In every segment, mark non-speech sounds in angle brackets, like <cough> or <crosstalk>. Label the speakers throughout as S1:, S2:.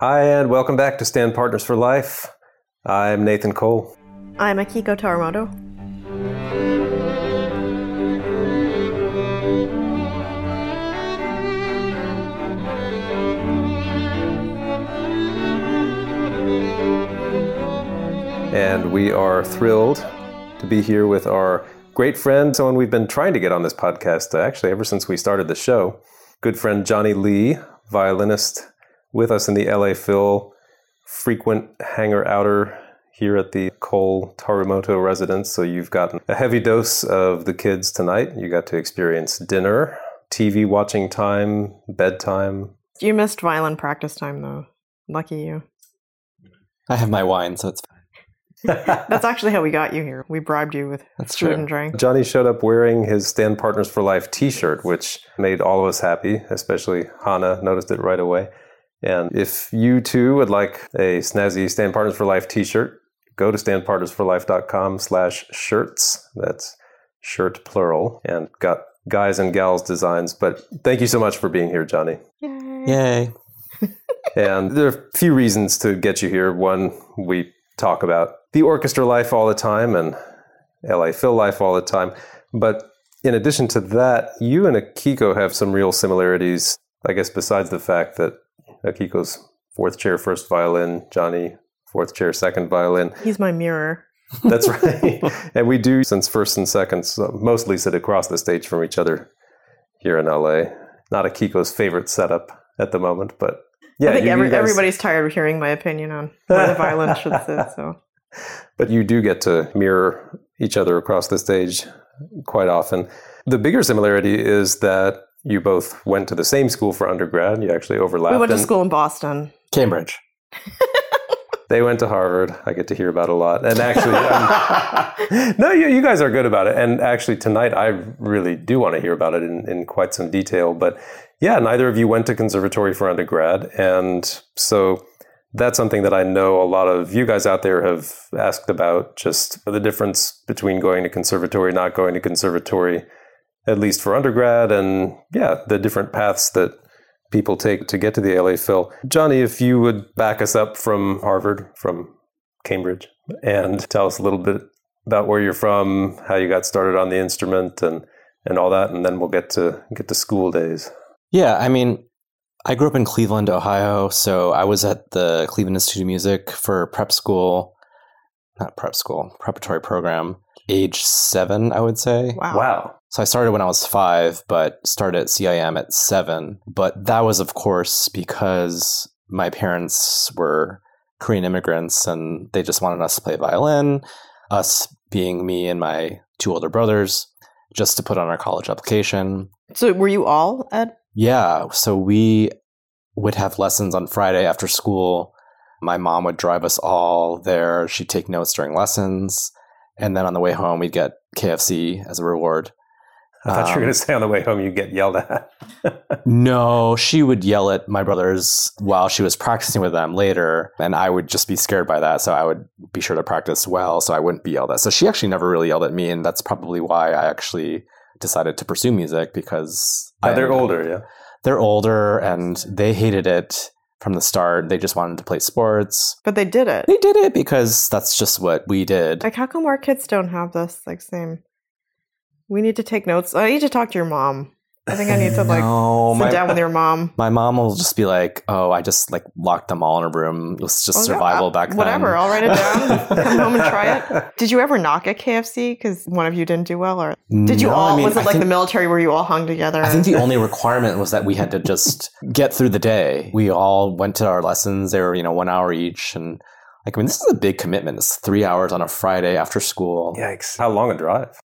S1: Hi, and welcome back to Stand Partners for Life. I'm Nathan Cole.
S2: I'm Akiko Taramoto.
S1: And we are thrilled to be here with our great friend, someone we've been trying to get on this podcast, uh, actually, ever since we started the show. Good friend Johnny Lee, violinist with us in the LA Phil, frequent hanger outer here at the Cole Tarumoto residence. So you've gotten a heavy dose of the kids tonight. You got to experience dinner, TV watching time, bedtime.
S2: You missed violin practice time though. Lucky you.
S3: <laughs> I have my wine, so it's fine.
S2: That's actually how we got you here. We bribed you with
S3: Ah. That's
S2: food
S3: true.
S2: and drink.
S1: Johnny showed up wearing his Stand Partners for Life t shirt, which made all of us happy, especially Hannah noticed it right away. And if you too would like a snazzy Stand Partners for Life t shirt, go to standpartnersforlife.com slash shirts. That's shirt plural. And got guys and gals designs. But thank you so much for being here, Johnny.
S2: Yay.
S3: Yay.
S1: And there are a few reasons to get you here. One, we talk about the orchestra life all the time and LA Phil life all the time. But in addition to that, you and Akiko have some real similarities, I guess, besides the fact that Akiko's fourth chair, first violin, Johnny, fourth chair, second
S2: <laughs>
S1: violin.
S2: He's my mirror.
S1: That's right. and we do, since first and seconds, mostly sit across the stage from each other here in LA. Not Akiko's favorite setup at the moment, but yeah,
S2: I think
S1: you- you
S2: every,
S1: guys-
S2: everybody's tired of hearing my opinion on where the
S3: <laughs>
S2: violin should sit. So
S1: But you do get to mirror each other across the stage quite often. The bigger similarity is that you both went to the same school for undergrad. You actually overlapped.
S2: we went to
S1: and
S2: school in Boston.
S3: Cambridge.
S1: They went to Harvard. I get to hear about a lot. And actually, um, <laughs> no, you, you guys are good about it. And actually, tonight I really do want to hear about it in, in quite some detail. But yeah, neither of you went to conservatory for undergrad, and so that's something that I know a lot of you guys out there have asked about. Just the difference between going to conservatory, not going to conservatory, at least for undergrad, and yeah, the different paths that people take to get to the LA Phil. Johnny, if you would back us up from Harvard, from Cambridge, and tell us a little bit about where you're from, how you got started on the instrument, and and all that, and then we'll get to get to school days.
S3: Yeah, I mean, I grew up in Cleveland, Ohio, so I was at the Cleveland Institute of Music for prep school, not prep school, preparatory program, age seven, I would say.
S2: Wow.
S3: So I started when I was five, but started at CIM at seven. But that was, of course, because my parents were Korean immigrants and they just wanted us to play violin, us being me and my two older brothers, just to put on our college application.
S2: So were you all at
S3: Yeah. So we would have lessons on Friday after school. My mom would drive us all there. She'd take notes during lessons. And then on the way home, we'd get KFC as a reward.
S1: I thought you were
S3: Um,
S1: going to say on the way home you get yelled at.
S3: No, she would yell at my brothers while she was practicing with them later, and I would just be scared by that. So I would be sure to practice well, so I wouldn't be yelled at. So she actually never really yelled at me, and that's probably why I actually decided to pursue music because
S1: Oh, they're
S3: I-
S1: older, yeah.
S3: They're older, and they hated it from the start. They just wanted to play sports.
S2: but they did it.
S3: They did it because that's just what we did.
S2: Like how come our kids don't have this like same we need to take notes. I need to talk to your mom. I think I need to like
S3: <laughs> No,
S2: sit
S3: my-
S2: down with your
S3: <laughs>
S2: mom.
S3: My mom will just be like, "Oh, I just like locked them all in a room. It was just
S2: Oh, yeah,
S3: survival
S2: I-
S3: back then."
S2: Whatever, I'll write it down.
S3: <laughs>
S2: Come home and try it.
S1: it.
S2: Did you ever knock at KFC because one of you didn't do well, or did you
S3: No,
S2: all?
S3: I mean,
S2: was it
S3: I
S2: like
S3: think-
S2: the military where you all hung together?
S3: I think the only requirement was that we had to just get through the day. We all went to our lessons. They were, you know, one hour each. And like, I mean, this is a big commitment. It's three hours on a Friday after school,
S1: <laughs> Yikes! How long a drive?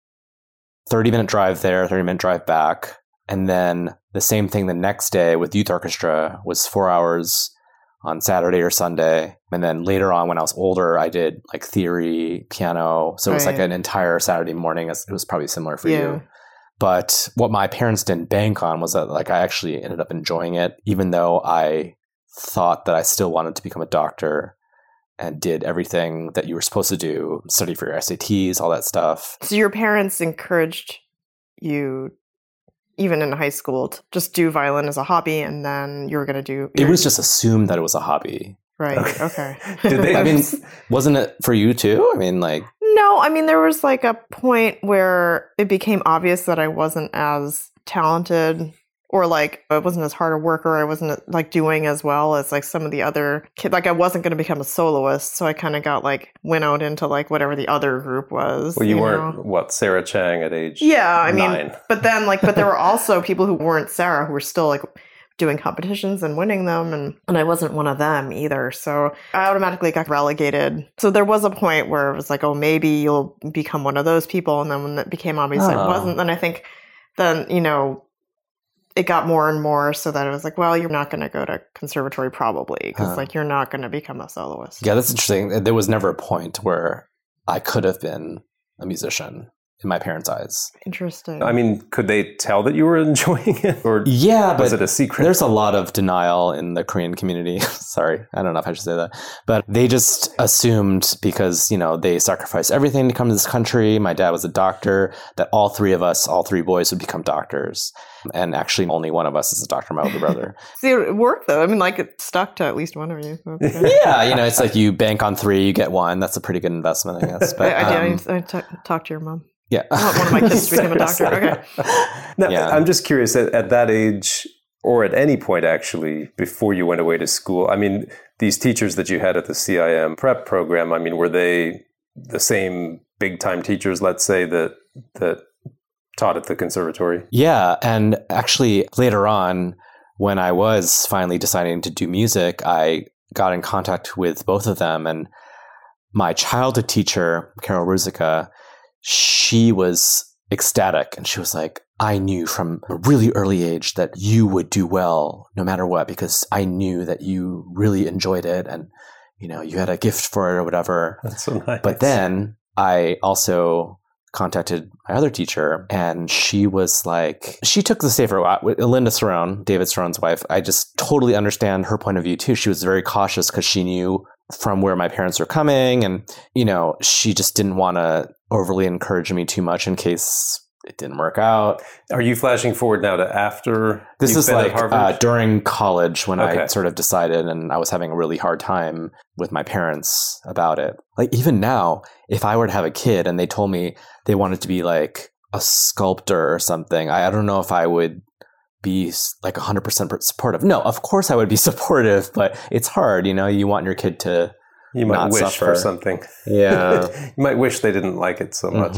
S3: 30 minute drive there, 30 minute drive back. And then the same thing the next day with youth orchestra was four hours on Saturday or Sunday. And then later on, when I was older, I did like theory, piano. So it was like
S2: Right.
S3: an entire Saturday morning. It was probably similar for
S2: Yeah.
S3: you. But what my parents didn't bank on was that like I actually ended up enjoying it, even though I thought that I still wanted to become a doctor and did everything that you were supposed to do, study for your SATs, all that stuff.
S2: so your parents encouraged you even in high school, to just do violin as a hobby, and then you were going to do.
S3: It was just assumed that it was a hobby. <laughs>
S2: right.
S1: Okay.
S2: Okay.
S1: <laughs> Did they-
S2: <laughs>
S3: I mean, wasn't it for you too? I mean, like,
S2: No, I mean there was like a point where it became obvious that I wasn't as talented or like I wasn't as hard a worker, I wasn't like doing as well as like some of the other kids. Like I wasn't going to become a soloist, so I kind of got like winnowed into like whatever the other group was.
S1: Well, you, weren't
S2: know?
S1: what Sarah Chang at age
S2: Yeah, I mean,
S1: nine.
S2: but then like but there were also people who weren't Sarah who were still like doing competitions and winning them and and I wasn't one of them either. So I automatically got relegated. So there was a point where it was like, oh maybe you'll become one of those people and then when that became obvious I
S3: Oh.
S2: wasn't, then I think then, you know, it got more and more so that it was like, well, you're not going to go to conservatory probably because
S3: Huh.
S2: like you're not going to become a soloist.
S3: yeah, that's interesting. There was never a point where I could have been a musician in my parents' eyes.
S2: Interesting.
S1: I mean, could they tell that you were <laughs> enjoying it, or
S3: Yeah,
S1: was
S3: but
S1: it a secret?
S3: There's a lot of denial in the Korean community. <laughs> Sorry, I don't know if I should say that. But they just assumed because, you know, they sacrificed everything to come to this country. My dad was a doctor, that all three of us, all three boys, would become doctors. And actually, only one of us is a doctor, my older brother.
S2: See, it worked though. I mean, like it stuck to at least one
S3: <laughs>
S2: of you. That's good.
S3: yeah, you know, it's like you bank on three, you get one. That's a pretty good investment, I guess. But
S2: I, I, did- I
S3: um,
S2: need to- I ta- talk to your mom.
S3: yeah.
S2: I want <laughs> one
S3: <laughs>
S2: of my kids to become a doctor. Okay. <laughs>
S1: Now,
S3: Yeah.
S1: I'm just curious at, at that age, or at any point actually, before you went away to school. I mean, these teachers that you had at the CIM prep program. I mean, were they the same big time teachers? Let's say that that taught at the conservatory.
S3: Yeah, and actually later on when I was finally deciding to do music, I got in contact with both of them and my childhood teacher, Carol Ruzica, she was ecstatic and she was like, I knew from a really early age that you would do well no matter what because I knew that you really enjoyed it and you know, you had a gift for it or whatever.
S1: That's so nice.
S3: But then I also contacted my other teacher, and she was like, she took the safer route. With Linda Cerrone, David Cerrone's wife, I just totally understand her point of view too. She was very cautious because she knew from where my parents were coming, and you know, she just didn't want to overly encourage me too much in case it didn't work out.
S1: are you flashing forward now to after
S3: This
S1: you've
S3: is
S1: been at
S3: like
S1: Harvard?
S3: uh, during college when I
S1: Okay.
S3: sort of decided, and I was having a really hard time with my parents about it. Like even now, if I were to have a kid and they told me they wanted to be like a sculptor or something, I, I don't know if I would be s- like 100% per- supportive. No, of course I would be <laughs> supportive, but it's hard, you know. You want your kid to,
S1: you might
S3: not
S1: wish for
S3: suffer.
S1: something.
S3: <laughs>
S1: <laughs>
S3: yeah. Mm-hmm.
S1: you might wish they didn't like it so much.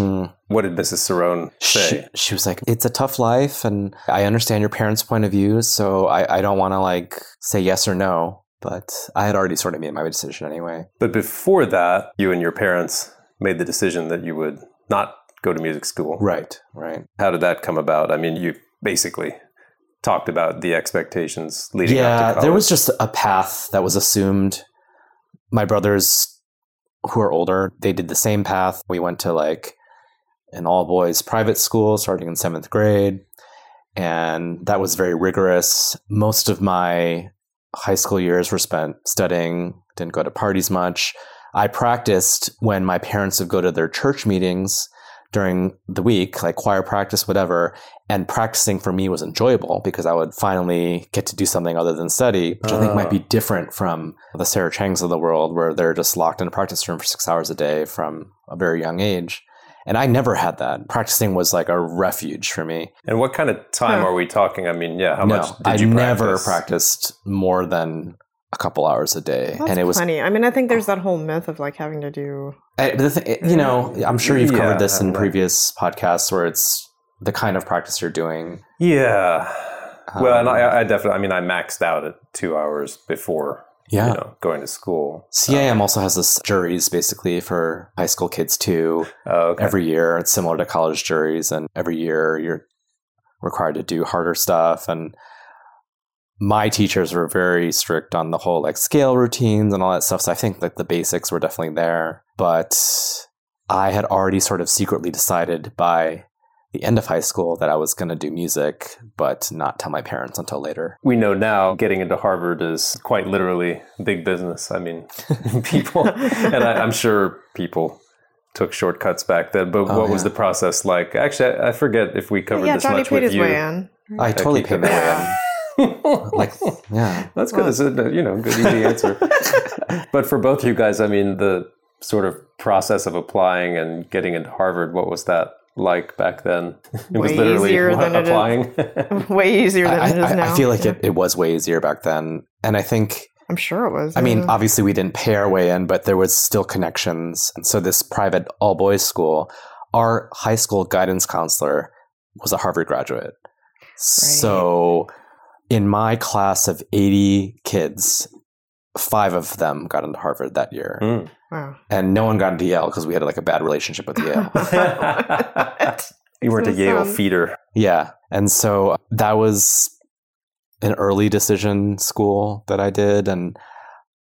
S1: What did Mrs. Cerrone
S3: She,
S1: say?
S3: she was like, "It's a tough life, and I understand your parents' point of view, so I, I don't want to like say yes or no." But I had already sort of made my decision anyway.
S1: But before that, you and your parents made the decision that you would not go to music school.
S3: Right, right.
S1: How did that come about? I mean, you basically talked about the expectations leading up to
S3: yeah,
S1: college.
S3: there was just a path that was assumed. My brothers, who are older, they did the same path. We went to like an all boys private school starting in seventh grade, and that was very rigorous. Most of my high school years were spent studying, didn't go to parties much. I practiced when my parents would go to their church meetings during the week, like choir practice, whatever, and practicing for me was enjoyable because I would finally get to do something other than study, which I think
S1: Ah.
S3: might be different from the Sarah Changs of the world where they're just locked in a practice room for six hours a day from a very young age. And I never had that. Practicing was like a refuge for me.
S1: and what kind of time
S2: Huh.
S1: are we talking? I mean, yeah, how
S3: no,
S1: much did
S3: I
S1: you practice?
S3: never practiced more than a couple hours a day.
S2: That's
S3: and it was,
S2: plenty. I mean, I think there's that whole myth of like having to do.
S3: I- but the thing, you know, I'm sure you've
S1: Yeah,
S3: covered this in
S1: right.
S3: previous podcasts where it's the kind of practice you're doing.
S1: Yeah. well, and
S3: Um,
S1: I, I definitely, I mean, I maxed out at two hours before
S3: Yeah.
S1: you know, going to school.
S3: CIM also has this juries basically for high school kids too.
S1: Oh, okay.
S3: every year. It's similar to college juries, and every year you're required to do harder stuff. And my teachers were very strict on the whole like scale routines and all that stuff. So I think like the basics were definitely there, but I had already sort of secretly decided by the end of high school that I was going to do music, but not tell my parents until later.
S1: we know now getting into Harvard is quite <laughs> literally big business. I mean, people, and I, I'm sure people took shortcuts back then. But
S3: Oh,
S1: what was
S3: yeah.
S1: the process like? Actually, I, I forget if we covered
S2: yeah,
S1: this
S2: Johnny
S1: much
S2: paid
S1: with
S2: his
S1: you.
S2: way in. <laughs>
S3: I totally
S1: keep
S3: paid
S1: it
S3: my way
S2: Yeah.
S1: <laughs>
S3: in. Like, yeah.
S1: That's good. It's a you know good easy
S3: <laughs>
S1: answer. but for both you guys, I mean, the sort of process of applying and getting into Harvard, what was that like back then? It was
S2: Way
S1: literally
S2: easier
S1: what,
S2: than it is.
S1: applying.
S2: <laughs>
S1: <laughs>
S2: Way easier than
S3: I,
S2: it is
S3: I-
S2: now.
S3: I feel like
S2: Yeah.
S3: it, it was way easier back then. And I think,
S2: I'm sure it was.
S3: I mean,
S2: yeah.
S3: obviously we didn't pay our way in, but there was still connections. And so this private all boys school, our high school guidance counselor was a Harvard graduate. So in my class of 80 kids, five of them got into Harvard that year.
S1: Mm.
S3: <laughs>
S2: wow.
S3: And no one got into Yale because we had like a bad relationship
S2: <laughs>
S3: with Yale.
S1: you weren't a
S2: So
S1: Yale
S2: sad.
S1: feeder.
S3: Yeah. And so that was an early decision school that I did. And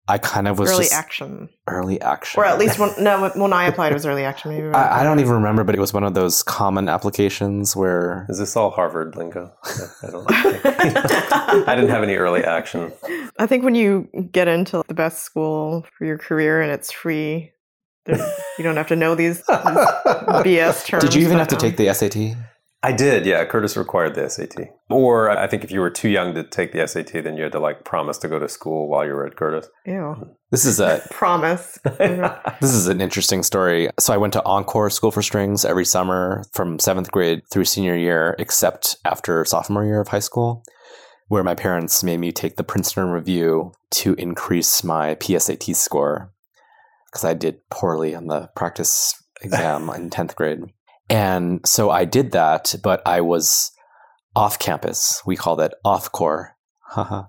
S3: I kind of was
S2: early
S3: just
S2: action,
S3: early action.
S2: or at least when no when I applied it was early action. Maybe
S3: I, I don't even remember, but it was one of those common applications where
S1: Is this all Harvard lingo? I don't <laughs> I didn't have any early action.
S2: I think when you get into the best school for your career and it's free, there- you don't have to know
S3: <laughs>
S2: these BS terms.
S3: did you even
S2: but,
S3: have to
S2: um,
S3: take the SAT?
S1: I did, yeah. Curtis required the SAT. Or I think if you were too young to take the SAT, then you had to like promise to go to school while you were at Curtis.
S2: um, Ew.
S3: This is a
S2: <laughs>
S3: <laughs>
S2: Promise.
S3: This is an interesting story. So I went to Encore School for Strings every summer from seventh grade through senior year, except after sophomore year of high school, where my parents made me take the Princeton Review to increase my PSAT score because I did poorly on the practice exam in 10th grade. And so I did that, but I was off campus. We call that off <laughs> core.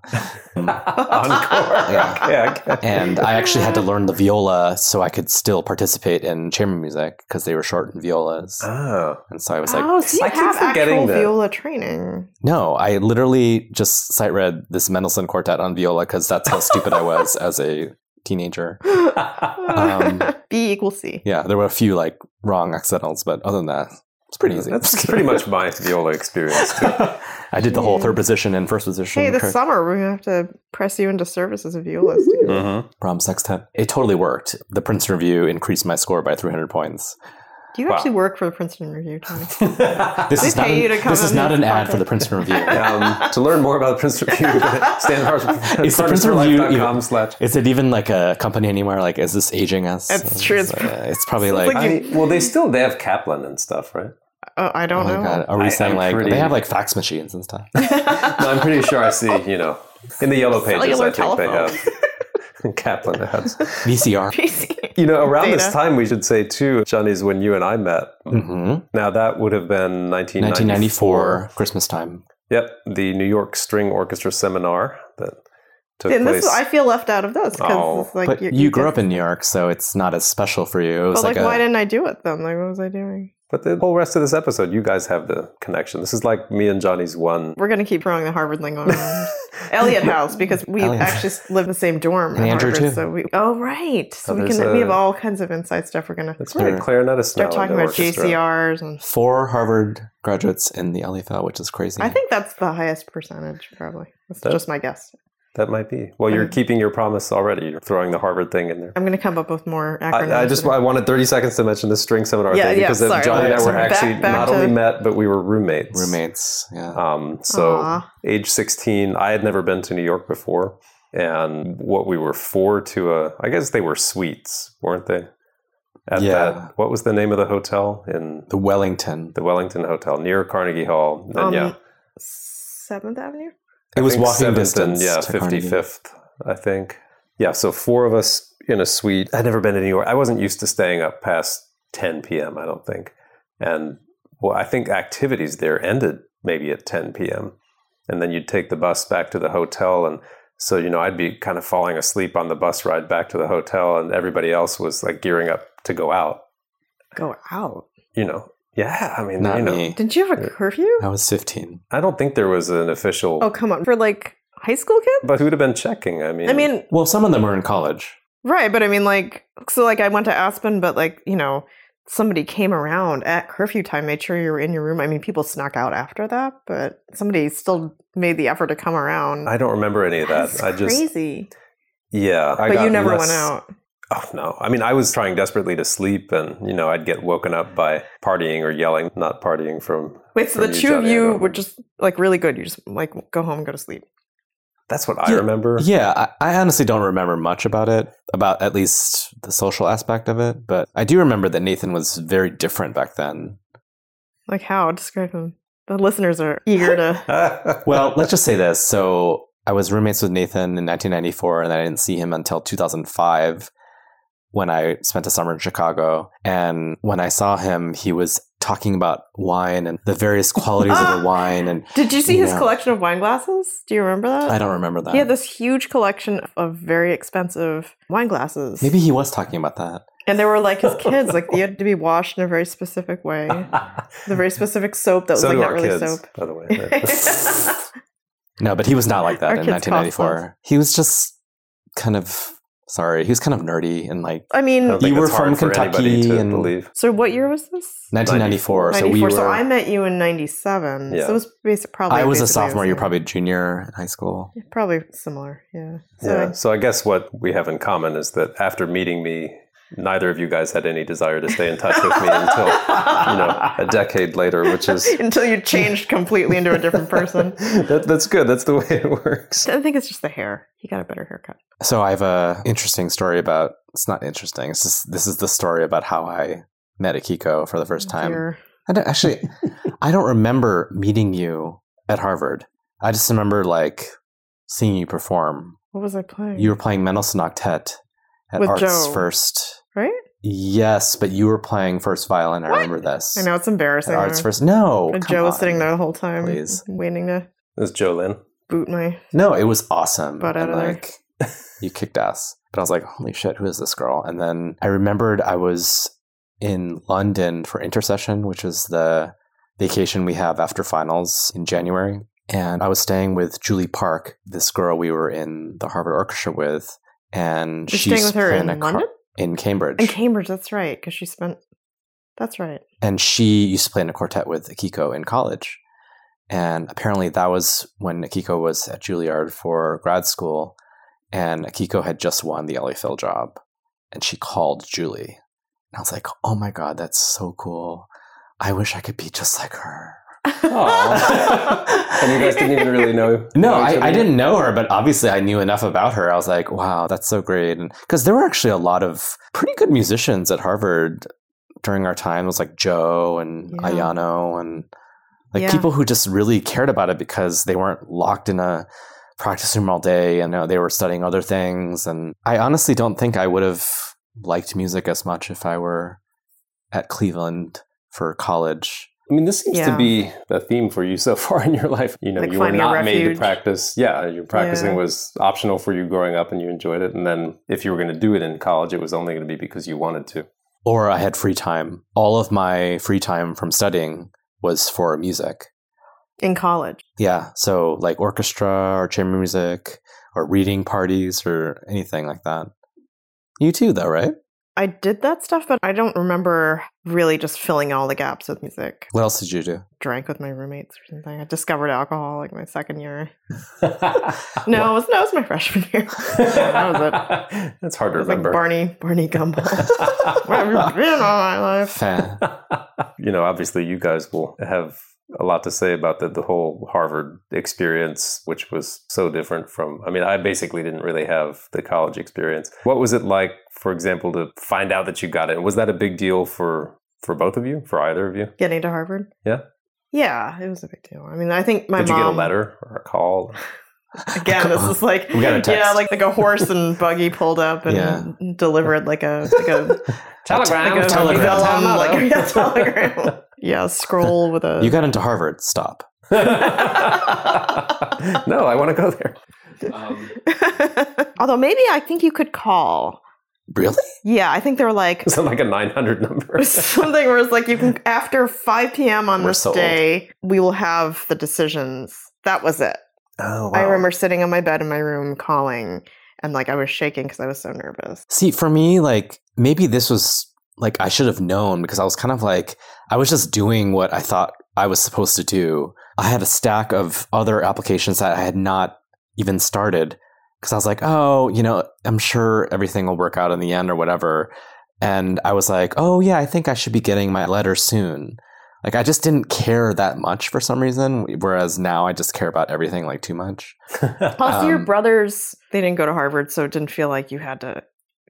S1: <laughs> Encore.
S3: Mm. Yeah.
S1: Yeah, okay.
S3: and I actually had to learn the viola so I could still participate in chamber music because they were short in violas.
S1: <laughs> Oh.
S3: And so I was like,
S2: oh, so you
S1: I keep
S2: have
S1: forgetting
S2: actual
S1: that.
S2: viola training. <laughs>
S3: no, I literally just sight read this Mendelssohn quartet on viola because that's how stupid I was as a teenager. <laughs> Um,
S2: B equals C.
S3: Yeah, there were a few like wrong accidentals, but other than that, it's pretty easy.
S1: That's pretty much <laughs> my viola experience. Too.
S3: <laughs> I did the whole third position and first position.
S2: Hey, this
S3: correct-
S2: summer we're gonna have to press you into service as a violist.
S3: Brahms sextet. It totally worked. The Princeton Review increased my score by
S2: <laughs>
S3: 300 points.
S2: Do you
S1: Wow.
S2: actually work for the Princeton Review? Tommy?
S3: This
S2: They
S3: is not
S2: pay
S3: an,
S2: you to come
S3: this is
S2: in
S3: not
S2: and
S3: an ad
S2: fucking-
S3: for the Princeton
S2: <laughs>
S3: Review.
S1: um, to learn more about the Princeton Review, go to stanford-
S3: <laughs> Is the Princeton Review
S1: stanfordforlife.com
S3: even-
S1: slash.
S3: Is it even like a company anymore? Like, is this aging us?
S2: It's true.
S3: It's, uh, it's probably like,
S2: like
S1: I, well, they still they have Kaplan and stuff, right?
S2: Oh, I
S3: oh
S2: don't
S3: my
S2: know.
S3: god, are we
S1: I-
S3: saying
S1: I'm
S3: like
S1: pretty-
S3: they have like fax machines and
S2: <laughs>
S3: stuff?
S1: No, I'm pretty sure I see. You know, in the yellow pages,
S2: Cellular
S1: I think
S2: telephone. <laughs>
S1: they have <laughs> Kaplan ads.
S3: VCR.
S2: PC.
S1: You know, around this
S2: Data.
S1: time, we should say too, Johnny's when you and I met.
S3: hmm
S1: Now that would have been 1994.
S3: 1994 Christmas time.
S1: Yep, the New York String Orchestra seminar that took
S2: and
S1: place.
S2: this is, I feel left out of this
S1: Oh,
S2: because like
S3: but you, grew up in New York, so it's not as special for you. It was
S2: But like,
S3: like,
S2: why
S3: a,
S2: didn't I do it then? Like, what was I doing?
S1: But the whole rest of this episode, you guys have the connection. This is like me and Johnny's one.
S2: We're gonna keep throwing the Harvard lingo around. Elliott House because we
S3: Elliott.
S2: actually live in the same dorm.
S3: And
S2: at
S3: Andrew,
S2: Harvard,
S3: too.
S2: So we, oh right, so
S1: Oh,
S2: we
S1: there's
S2: can we have
S1: a-
S2: all kinds of inside stuff. We're gonna
S1: That's
S3: Sure.
S1: right, clarinetist. now
S2: start
S1: in
S2: talking
S1: the
S2: about
S1: orchestra.
S2: JCRs and
S3: four Harvard graduates in the LFL, which is crazy.
S2: I think that's the highest percentage probably. That's
S1: That-
S2: just my guess.
S1: That might be. Well,
S2: Mm.
S1: you're keeping your promise already. You're throwing the Harvard thing in there.
S2: I'm gonna come up with more acronyms.
S1: I, I just I wanted 30 seconds to mention the string seminar
S2: Yeah,
S1: thing
S2: yeah,
S1: because uh,
S2: sorry.
S1: Johnny and I were
S3: Sorry.
S1: actually
S2: Back- back
S1: not
S2: to-
S1: only met but we were roommates.
S3: roommates. Yeah.
S1: Um, so
S2: Aw.
S1: age 16, I had never been to New York before, and what we were four to a, I guess they were suites, weren't they? At
S3: Yeah.
S1: that, what was the name of the hotel in
S3: the Wellington.
S1: the Wellington Hotel near Carnegie Hall? And
S2: Um,
S1: yeah,
S2: Seventh Avenue.
S3: It was
S1: think
S3: walking
S1: 7th
S3: distance.
S1: And, yeah,
S3: to Carnegie.
S1: 55th, I think. Yeah, so four of us in a suite. I'd never been to New York. I wasn't used to staying up past 10 p.m., I don't think. And well, I think activities there ended maybe at 10 p.m. And then you'd take the bus back to the hotel. And so, you know, I'd be kind of falling asleep on the bus ride back to the hotel, and everybody else was like gearing up to go out,
S2: Go out.
S1: you know. Yeah, I mean,
S3: Not
S1: you know,
S3: me.
S2: Didn't you have a curfew?
S3: I was 15.
S1: I don't think there was an official,
S2: Oh come on, for like high school kids.
S1: but who'd have been checking? I mean,
S2: I mean,
S3: Well, some of them were in college.
S2: Right, but I mean, like, so, like, I went to Aspen, but like, you know, somebody came around at curfew time, made sure you were in your room. I mean, people snuck out after that, but somebody still made the effort to come around.
S1: I don't remember any of that.
S2: That's
S1: I just
S2: crazy.
S1: yeah. I
S2: but you
S1: got
S2: never
S1: less-
S2: went out.
S1: Oh no. I mean, I was trying desperately to sleep and, you know, I'd get woken up by partying or yelling, not partying from
S2: Wait, so
S1: From
S2: the
S1: you,
S2: two of
S1: Johnny, I
S2: you
S1: don't-
S2: were just like really good. You just like go home, go to sleep.
S1: That's what I remember.
S3: Yeah, I, I honestly don't remember much about it, about at least the social aspect of it. But I do remember that Nathan was very different back then.
S2: Like how? Describe him. The listeners are eager
S3: <laughs>
S2: to.
S1: <laughs>
S3: Well, let's just say this. So I was roommates with Nathan in 1994, and I didn't see him until 2005 when I spent a summer in Chicago. And when I saw him, he was talking about wine and the various qualities of the wine. And
S2: Did you see his
S3: Yeah.
S2: collection of wine glasses? Do you remember that?
S3: I don't remember that.
S2: He had this huge collection of very expensive wine glasses.
S3: Maybe he was talking about that.
S2: And they were like
S3: <laughs>
S2: his kids. Like they had to be washed in a very specific way. The very specific soap that was
S1: so
S2: like
S1: do
S2: not
S1: our
S2: really
S1: kids,
S2: soap.
S1: by the way.
S2: <laughs>
S1: Yeah.
S3: No, but he was not like that
S2: Our
S3: in
S2: kids cost
S3: 1994. He was just kind of sorry. He was kind of nerdy and like
S2: I
S1: I
S2: mean,
S1: don't think
S3: You
S1: it's
S3: were
S1: hard
S3: from
S1: for anybody to
S3: Kentucky and-
S1: believe.
S2: so what year was this?
S3: 1994. So
S2: 94.
S3: we were.
S2: so I met you in 97.
S1: Yeah.
S2: So it was basic, probably.
S3: I was
S2: basically
S3: a
S2: the
S3: sophomore. You're
S2: same.
S3: probably a junior in high school.
S2: Probably similar. Yeah. So
S1: yeah. So I guess what we have in common is that after meeting me, neither of you guys had any desire to stay in touch with me until you know a decade later, which is
S2: <laughs> until you changed completely into a
S3: <laughs>
S2: different person.
S1: <laughs> that, that's good. That's the way it works.
S2: I think it's just the hair. He got a better haircut.
S3: So I have a interesting story about. It's not interesting. It's just this is the story about how I met Akiko for the first time.
S2: Oh, Dear.
S3: I don't,
S2: <laughs>
S3: actually, I don't remember meeting you at Harvard. I just remember like seeing you perform.
S2: What was I playing?
S3: You were playing Mendelssohn Octet at
S2: Hmm. With
S3: Arts
S2: Joe.
S3: First.
S2: right?
S3: Yes, but you were playing first violin. I
S2: What?
S3: remember this.
S2: I know it's embarrassing. Uh,
S3: At Arts first. No.
S2: and
S3: come
S2: Joe was
S3: on.
S2: sitting there the whole time,
S3: please.
S2: waiting to
S1: It's Jolyn.
S2: boot my.
S3: No, it was awesome.
S2: Butt out of
S3: and
S2: there.
S3: like <laughs> you kicked ass. But I was like, holy shit, who is this girl? And then I remembered I was in London for Intercession, which is the vacation we have after finals in January. And I was staying with Julie Park, this girl we were in the Harvard Orchestra with. And
S2: You're
S3: she's
S2: staying with her
S3: playing
S2: in
S3: a car-
S2: London?
S3: in Cambridge.
S2: In Cambridge, that's right, because she spent. That's right.
S3: and she used to play in a quartet with Akiko in college. And apparently, that was when Akiko was at Juilliard for grad school, and Akiko had just won the LA Phil job, and she called Julie, and I was like, "Oh my god, that's so cool! I wish I could be just like her."
S1: Aw. And you guys didn't even really know.
S3: <laughs> No,
S1: know each
S3: I, I
S1: other?
S3: didn't know her, but obviously I knew enough about her. I was like, wow, that's so great. Because there were actually a lot of pretty good musicians at Harvard during our time. It was like Joe and
S2: Yeah.
S3: Ayano and like
S2: Yeah.
S3: people who just really cared about it because they weren't locked in a practice room all day and uh, they were studying other things. And I honestly don't think I would have liked music as much if I were at Cleveland for college.
S1: I mean, this seems
S2: Yeah.
S1: to be the theme for you so <laughs> far in your life. You know,
S2: Like
S1: you were
S2: finding a
S1: not made to
S2: refuge.
S1: practice. Yeah, your practicing
S2: Yeah.
S1: was optional for you growing up, and you enjoyed it. And then, if you were going to do it in college, it was only going to be because you wanted to.
S3: or I had free time. All of my free time from studying was for music.
S2: <laughs> In college.
S3: Yeah. So, like orchestra or chamber music or reading parties or anything like that. You too, though, right?
S2: I did that stuff, but I don't remember really just filling all the gaps with music.
S3: What else did you do?
S2: Drank with my roommates or something. I discovered alcohol like my second year. No,
S1: <laughs>
S2: it was, no, it was my <laughs> freshman
S3: <laughs>
S2: year. that was it.
S1: That's hard
S2: It
S1: to
S2: was like
S1: remember.
S2: Barney, Barney Gumble. <laughs> Where have
S3: <laughs>
S2: you been all my
S1: <laughs>
S2: life?
S3: Fan.
S1: you know, obviously, you guys will have a lot to say about the, the whole Harvard experience, which was so different from. I mean, I basically didn't really have the college experience. What was it like, for example, to find out that you got it? Was that a big deal for for both of you, for either of you?
S2: Getting to Harvard.
S1: Yeah.
S2: Yeah, it was a big deal. I mean, I think my
S1: Did
S2: mom.
S1: you get a letter or a call?
S2: Again, this is like
S3: We got a
S2: yeah,
S3: text.
S2: like like a horse and buggy pulled up and
S3: Yeah.
S2: delivered like a like
S3: <laughs>
S2: a
S3: Telegram.
S2: like a
S3: Telegram.
S2: vellum, <laughs> like a
S1: <laughs>
S2: telegram. Yeah, a scroll with a
S3: You got into Harvard. Stop.
S1: no, I want to go there. <laughs>
S2: <laughs> Although maybe I think you could call.
S3: Really?
S2: Yeah, I think they're like <laughs>
S1: Is it like a nine hundred number?
S2: something where it's like you can after 5 p.m. on
S3: We're
S2: this
S3: so old.
S2: day we will have the decisions. That was it.
S1: Oh, wow.
S2: I remember sitting on my bed in my room calling and like I was shaking because I was so
S3: <laughs>
S2: nervous.
S3: See, for me, like maybe this was like I should have known because I was kind of like I was just doing what I thought I was supposed to do. I had a stack of other applications that I had not even started because I was like, oh, you know, I'm sure everything will work out in the end or whatever. And I was like, oh, yeah, I think I should be getting my letter soon. Like, I just didn't care that much for some reason. Whereas now I just care about everything like too much.
S2: Plus, your
S3: Um,
S2: brothers, they didn't go to Harvard, so it didn't feel like you had to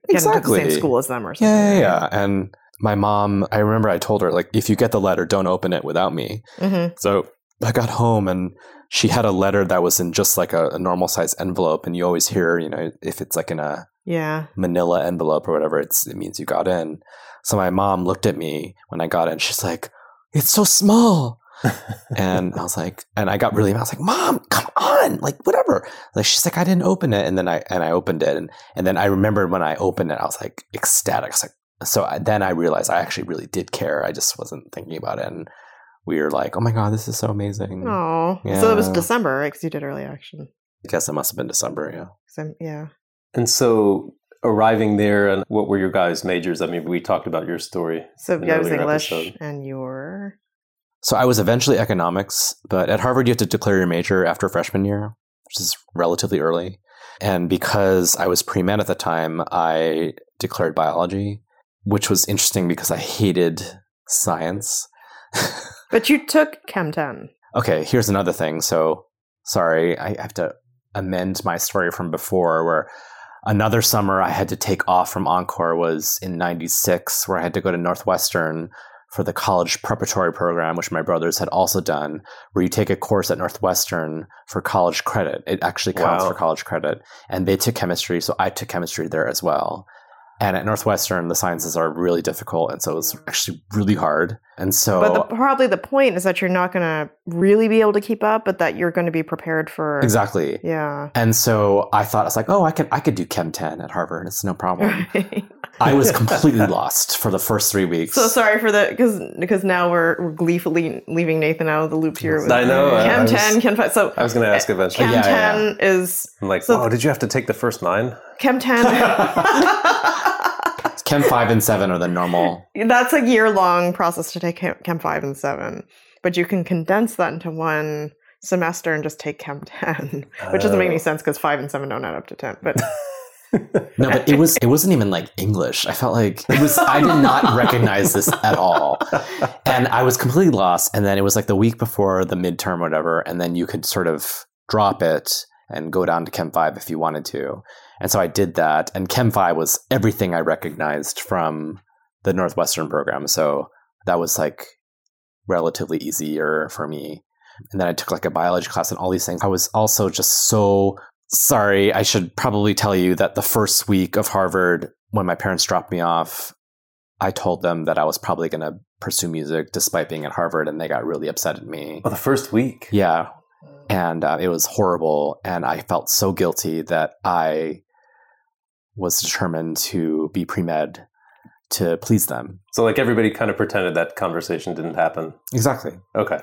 S2: get into the same school as them or something.
S3: Yeah, yeah, yeah. And my mom, I remember I told her, like, if you get the letter, don't open it without me.
S2: Mm-hmm.
S3: So I got home and she had a letter that was in just like a, a normal size envelope. And you always hear, you know, if it's like in a
S2: yeah.
S3: manila envelope or whatever it's, it means you got in so my mom looked at me when i got in she's like it's so small and i was like and i got really mad i was like mom come on like whatever like she's like i didn't open it and then i and i opened it and, and then i remembered when i opened it i was like ecstatic i was like so I, then i realized i actually really did care i just wasn't thinking about it and we were like oh my god this is so amazing
S2: Oh, so it was
S3: Mm, Yeah.
S2: December, right? Because you did early action.
S3: i guess it must have been december yeah
S2: So, yeah.
S1: And so arriving there, and what were your guys' majors? I mean, we talked about your story.
S2: So
S1: An
S2: yeah, it was
S1: earlier
S2: English,
S1: episode.
S2: and your
S3: So I was eventually economics, but at Harvard you have to declare your major after freshman year, which is relatively early. And because I was pre med at the time, I declared biology, which was interesting because I hated science. <laughs>
S2: But you took Chem 10.
S3: okay, here's another thing. So sorry, I have to amend my story from before where another summer I had to take off from Encore was in 96 where I had to go to Northwestern for the college preparatory program which my brothers had also done where you take a course at Northwestern for college credit. It actually counts
S1: Wow.
S3: for college credit and they took chemistry so I took chemistry there as well. And at Northwestern the sciences are really difficult and so it was actually really hard. And so
S2: but the, probably the point is that you're not going to really be able to keep up, but that you're going to be prepared for.
S3: exactly.
S2: Yeah.
S3: And so I thought I was like, oh, I could I could do Chem 10 at Harvard. It's
S2: <laughs>
S3: no problem. I was completely lost for the first three weeks.
S2: so sorry for the because because now we're, we're gleefully leaving Nathan out of the loop here. With
S1: I know. I- I
S2: Chem
S1: was-
S2: 10, Chem 5. So
S1: I was going to ask eventually.
S2: Chem
S3: Uh, Yeah, yeah,
S2: 10 is
S1: I'm like,
S2: So-
S1: wow, did you have to take the first nine?
S2: Chem
S3: <laughs>
S2: 10.
S3: Chem five and seven are the normal.
S2: <laughs> That's a year long process to take Chem, Chem 5 and 7. But you can condense that into one semester and just take Chem 10, <laughs> which doesn't make
S1: Oh.
S2: any sense because 5 and 7 don't add up to 10.
S3: <laughs>
S2: But
S3: No, but it was it wasn't even like English. I felt like it was I
S2: <laughs>
S3: did not recognize this at all. And I was completely lost. And then it was like the week before the midterm or whatever, and then you could sort of drop it and go down to Chem five if you wanted to. And so I did that. And Chem five was everything I recognized from the Northwestern program. So that was like relatively easier for me. And then I took like a biology class and all these things. I was also just so sorry. I should probably tell you that the first week of Harvard, when my parents dropped me off, I told them that I was probably going to pursue music despite being at Harvard, and they got really upset at me.
S1: Oh, the first week.
S3: Yeah. And uh, it was horrible. And I felt so guilty that I was determined to be pre med to please them.
S1: So, like, everybody kind of pretended that conversation didn't happen.
S3: Exactly.
S1: Okay.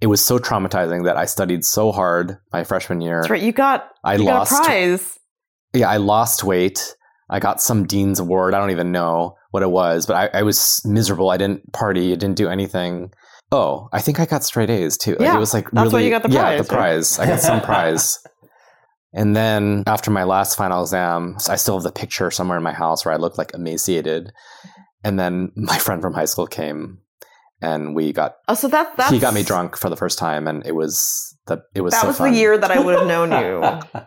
S3: It was so traumatizing that I studied so hard my freshman year.
S2: that's right. You got,
S3: I
S2: you got a
S3: lost.
S2: prize.
S3: Yeah, I lost weight. I got some dean's award. I don't even know what it was, but I, I was miserable. I didn't party. I didn't do anything. Oh, I think I got straight A's too. Like,
S2: Yeah,
S3: it was like
S2: that's why
S3: really,
S2: you got the
S3: yeah,
S2: prize,
S3: the
S2: right?
S3: prize. I got
S2: <laughs>
S3: some prize. And then after my last final exam, I still have the picture somewhere in my house where I looked like emaciated. And then my friend from high school came, and we got
S2: Oh, so that, that's.
S3: he got me drunk for the first time, and it was the it was
S2: That
S3: so
S2: was
S3: fun.
S2: the year that I would have
S3: <laughs>
S2: known you.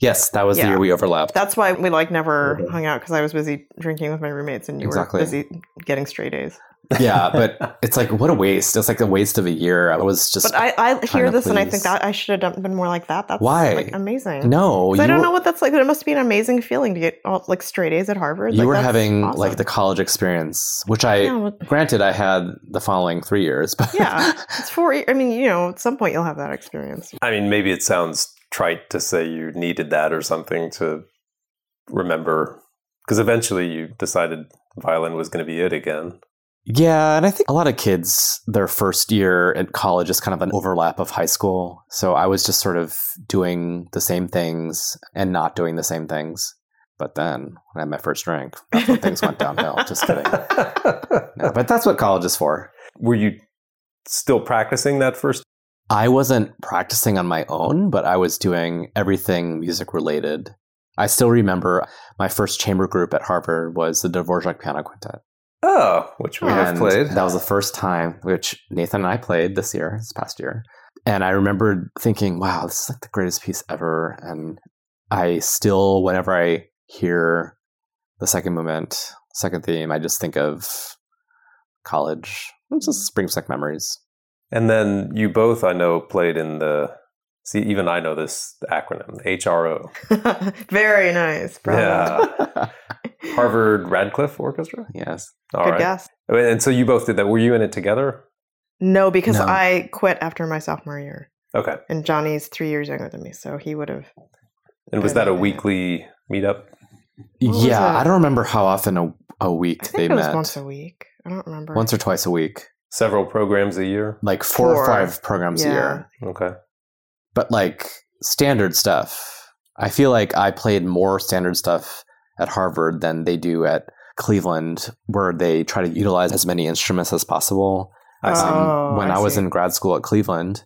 S3: Yes, that was the
S2: Yeah.
S3: year we overlapped.
S2: That's why we like never
S1: Mhm.
S2: hung out because I was busy drinking with my roommates and you
S3: Mm-hmm. Exactly.
S2: were busy getting straight A's.
S3: <laughs> yeah, but it's like what a waste. It's like a waste of a year. I was just
S2: But I, I
S3: trying
S2: hear
S3: to
S2: this and I
S3: please.
S2: think that I should have done- been more like that. That's
S3: Why?
S2: like amazing.
S3: no.
S2: 'Cause
S3: You
S2: I don't know
S3: were,
S2: what that's like, but it must be an amazing feeling to get all like straight A's at Harvard.
S3: you
S2: like,
S3: were
S2: that's
S3: having
S2: awesome.
S3: like the college experience, which I
S2: yeah, well,
S3: granted I had the following three years, <laughs> but
S2: Yeah. it's four. e, I mean, you know, at some point you'll have that experience. <laughs>
S1: I mean, maybe it sounds trite to say you needed that or something to remember, because eventually you decided violin was going to be it
S3: <laughs>
S1: again.
S3: Yeah, and I think a lot of kids, their first year at college is kind of an overlap of high school. So I was just sort of doing the same things and not doing the same things. But then when I had my first drink, that's when things went downhill. Just kidding. No, but that's what college is for.
S1: Were you still practicing that first?
S3: I wasn't practicing on my own, but I was doing everything music related. I still remember my first chamber group at Harvard was the Dvorak Piano Quintet.
S1: Oh, which we have
S3: And
S1: played.
S3: That was the first time which Nathan and I played this year, this past year. And I remember thinking, wow, this is like the greatest piece ever. And I still, whenever I hear the second movement, second theme, I just think of college. It just brings back memories. <laughs>
S1: And then you both, I know, played in the. See, even I know this acronym, HRO,
S2: Very nice. Bravo.
S1: Harvard Radcliffe Orchestra.
S3: yes.
S1: All
S2: Good
S1: right.
S2: guess.
S1: And so you both did that. Were you in it together?
S2: No, because
S3: No.
S2: I quit after my sophomore year.
S1: Okay.
S2: And Johnny's three years younger than me, so he would have.
S1: And was that a weekly meetup?
S2: What was
S3: yeah,
S2: that?
S3: I don't remember how often a, a week
S2: I
S3: they
S2: think it was
S3: met.
S2: once a week. I don't remember.
S3: Once or twice a week,
S1: Several programs a year?
S3: like four,
S2: Four.
S3: or five programs
S2: Yeah.
S3: a year,
S1: Okay. <laughs>
S3: but like standard stuff. I feel like I played more standard stuff at Harvard than they do at Cleveland, where they try to utilize as many instruments as possible. Um,
S1: I see.
S2: Oh,
S3: when
S2: I
S3: I, was
S2: see.
S3: in grad school at Cleveland,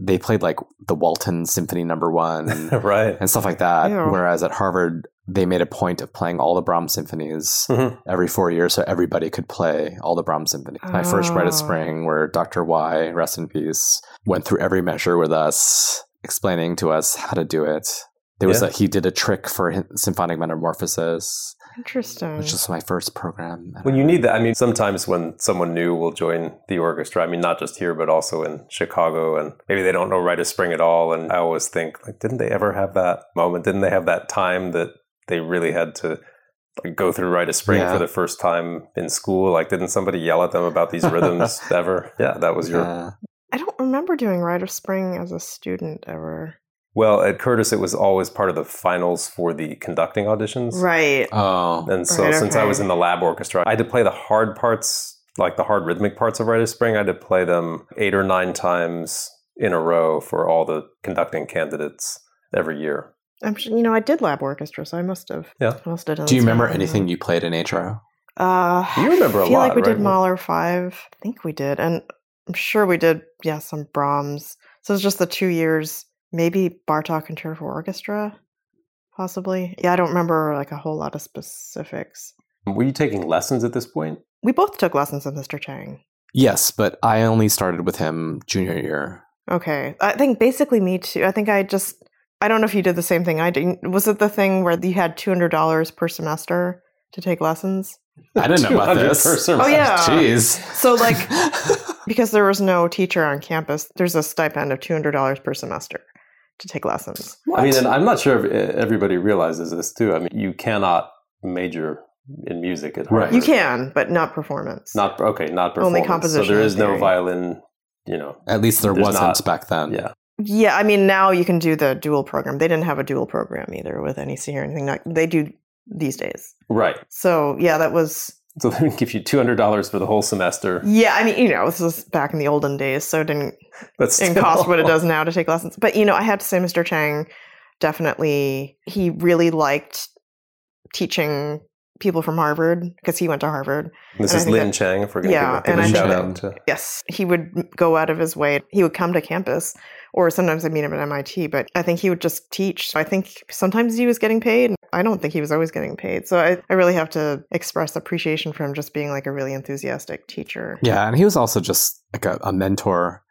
S3: they played like the Walton Symphony Number One
S1: right.
S3: and stuff like that.
S2: Ew.
S3: Whereas at Harvard, they made a point of playing all the Brahms symphonies.
S1: Mhm.
S3: every four years so everybody could play all the Brahms symphonies. My first Rite
S2: Oh.
S3: of Spring, where Dr. Y, rest in peace, went through every measure with us, explaining to us how to do it. There was
S1: Yeah.
S3: a, he did a trick for hi- symphonic metamorphosis,
S2: Interesting.
S3: which was my first program.
S1: When you need that, I mean, sometimes when someone new will join the orchestra, I mean, not just here, but also in Chicago, and maybe they don't know Rite of Spring at all. And I always think, like, didn't they ever have that moment? Didn't they have that time that they really had to like, go through Rite of Spring
S3: Yeah.
S1: for the first time in school? Like, didn't somebody yell at them about these
S3: <laughs>
S1: rhythms ever? Yeah, that was your.
S3: Yeah.
S2: I don't remember doing Rite of Spring as a student ever.
S1: Well, at Curtis, it was always part of the finals for the conducting auditions.
S2: Right.
S3: oh,
S1: And so,
S2: Right,
S1: since I
S2: okay.
S1: was in the lab orchestra, I had to play the hard parts, like the hard rhythmic parts of Rite of Spring. I had to play them eight or nine times in a row for all the conducting candidates every year.
S2: I'm sure, you know, I did lab orchestra, so I must have.
S1: Yeah.
S2: I must have done
S3: do you
S2: some
S3: remember
S2: of that.
S3: anything you played in HRO?
S2: Uh,
S1: You remember
S2: I
S1: a
S2: feel
S1: lot,
S2: like we
S1: right?
S2: did Mahler 5. I think we did. And I'm sure we did, yeah, some Brahms. So it's just the two years, maybe Bartok Concerto for Orchestra, possibly. Yeah, I don't remember like a whole lot of specifics.
S1: Were you taking lessons at this point? <laughs>
S2: We both took lessons with Mr. Chang.
S3: Yes, but I only started with him junior year.
S2: Okay. I think basically me too. I think I just, I don't know if you did the same thing I did. Was it the thing where you had $200 per semester to take lessons?
S3: I didn't
S1: <laughs>
S3: know about
S1: 200
S3: this.
S1: per semester.
S2: Oh, yeah.
S3: Jeez.
S2: So,
S3: <laughs>
S2: like, because there was no teacher on campus, there's a stipend of $200 per semester to take lessons.
S1: I mean, and I'm not sure if uh, everybody realizes this too. I mean, you cannot major in music at
S3: Right.
S1: Harvard.
S2: You can, but not performance.
S1: Not okay, not performance.
S2: Only
S1: So
S2: composition
S1: there
S2: and
S1: is no
S2: theory.
S1: violin, you know.
S3: at least there
S1: There's
S3: wasn't
S1: not-
S3: back then.
S1: Yeah.
S2: yeah, I mean now you can do the dual program. They didn't have a dual program either with NEC or anything. Not, they do these days.
S1: Right.
S2: So yeah, that was
S1: So <laughs> they would give you two hundred dollars for the whole semester.
S2: yeah. I mean you know this was back in the olden days, so it didn't
S1: That's
S3: <laughs>
S2: and cost what it does now to take lessons. But you know, I have to say, Mr. Chang definitely he really liked teaching people from Harvard because he went to Harvard.
S1: This
S2: And I
S1: is
S2: think
S1: Lynn
S2: that-
S1: Chang. If we're going to
S2: Yeah,
S1: give
S2: and
S1: a
S2: I
S1: shout
S3: think
S1: out to
S2: Yes, he would m- go out of his way. He would come to campus, or sometimes I'd meet him at MIT, but I think he would just teach. So I think sometimes he was getting paid. I don't think he was always getting paid. So I, I really have to express appreciation for him just being like a really enthusiastic teacher.
S3: Yeah, and he was also just like a, a mentor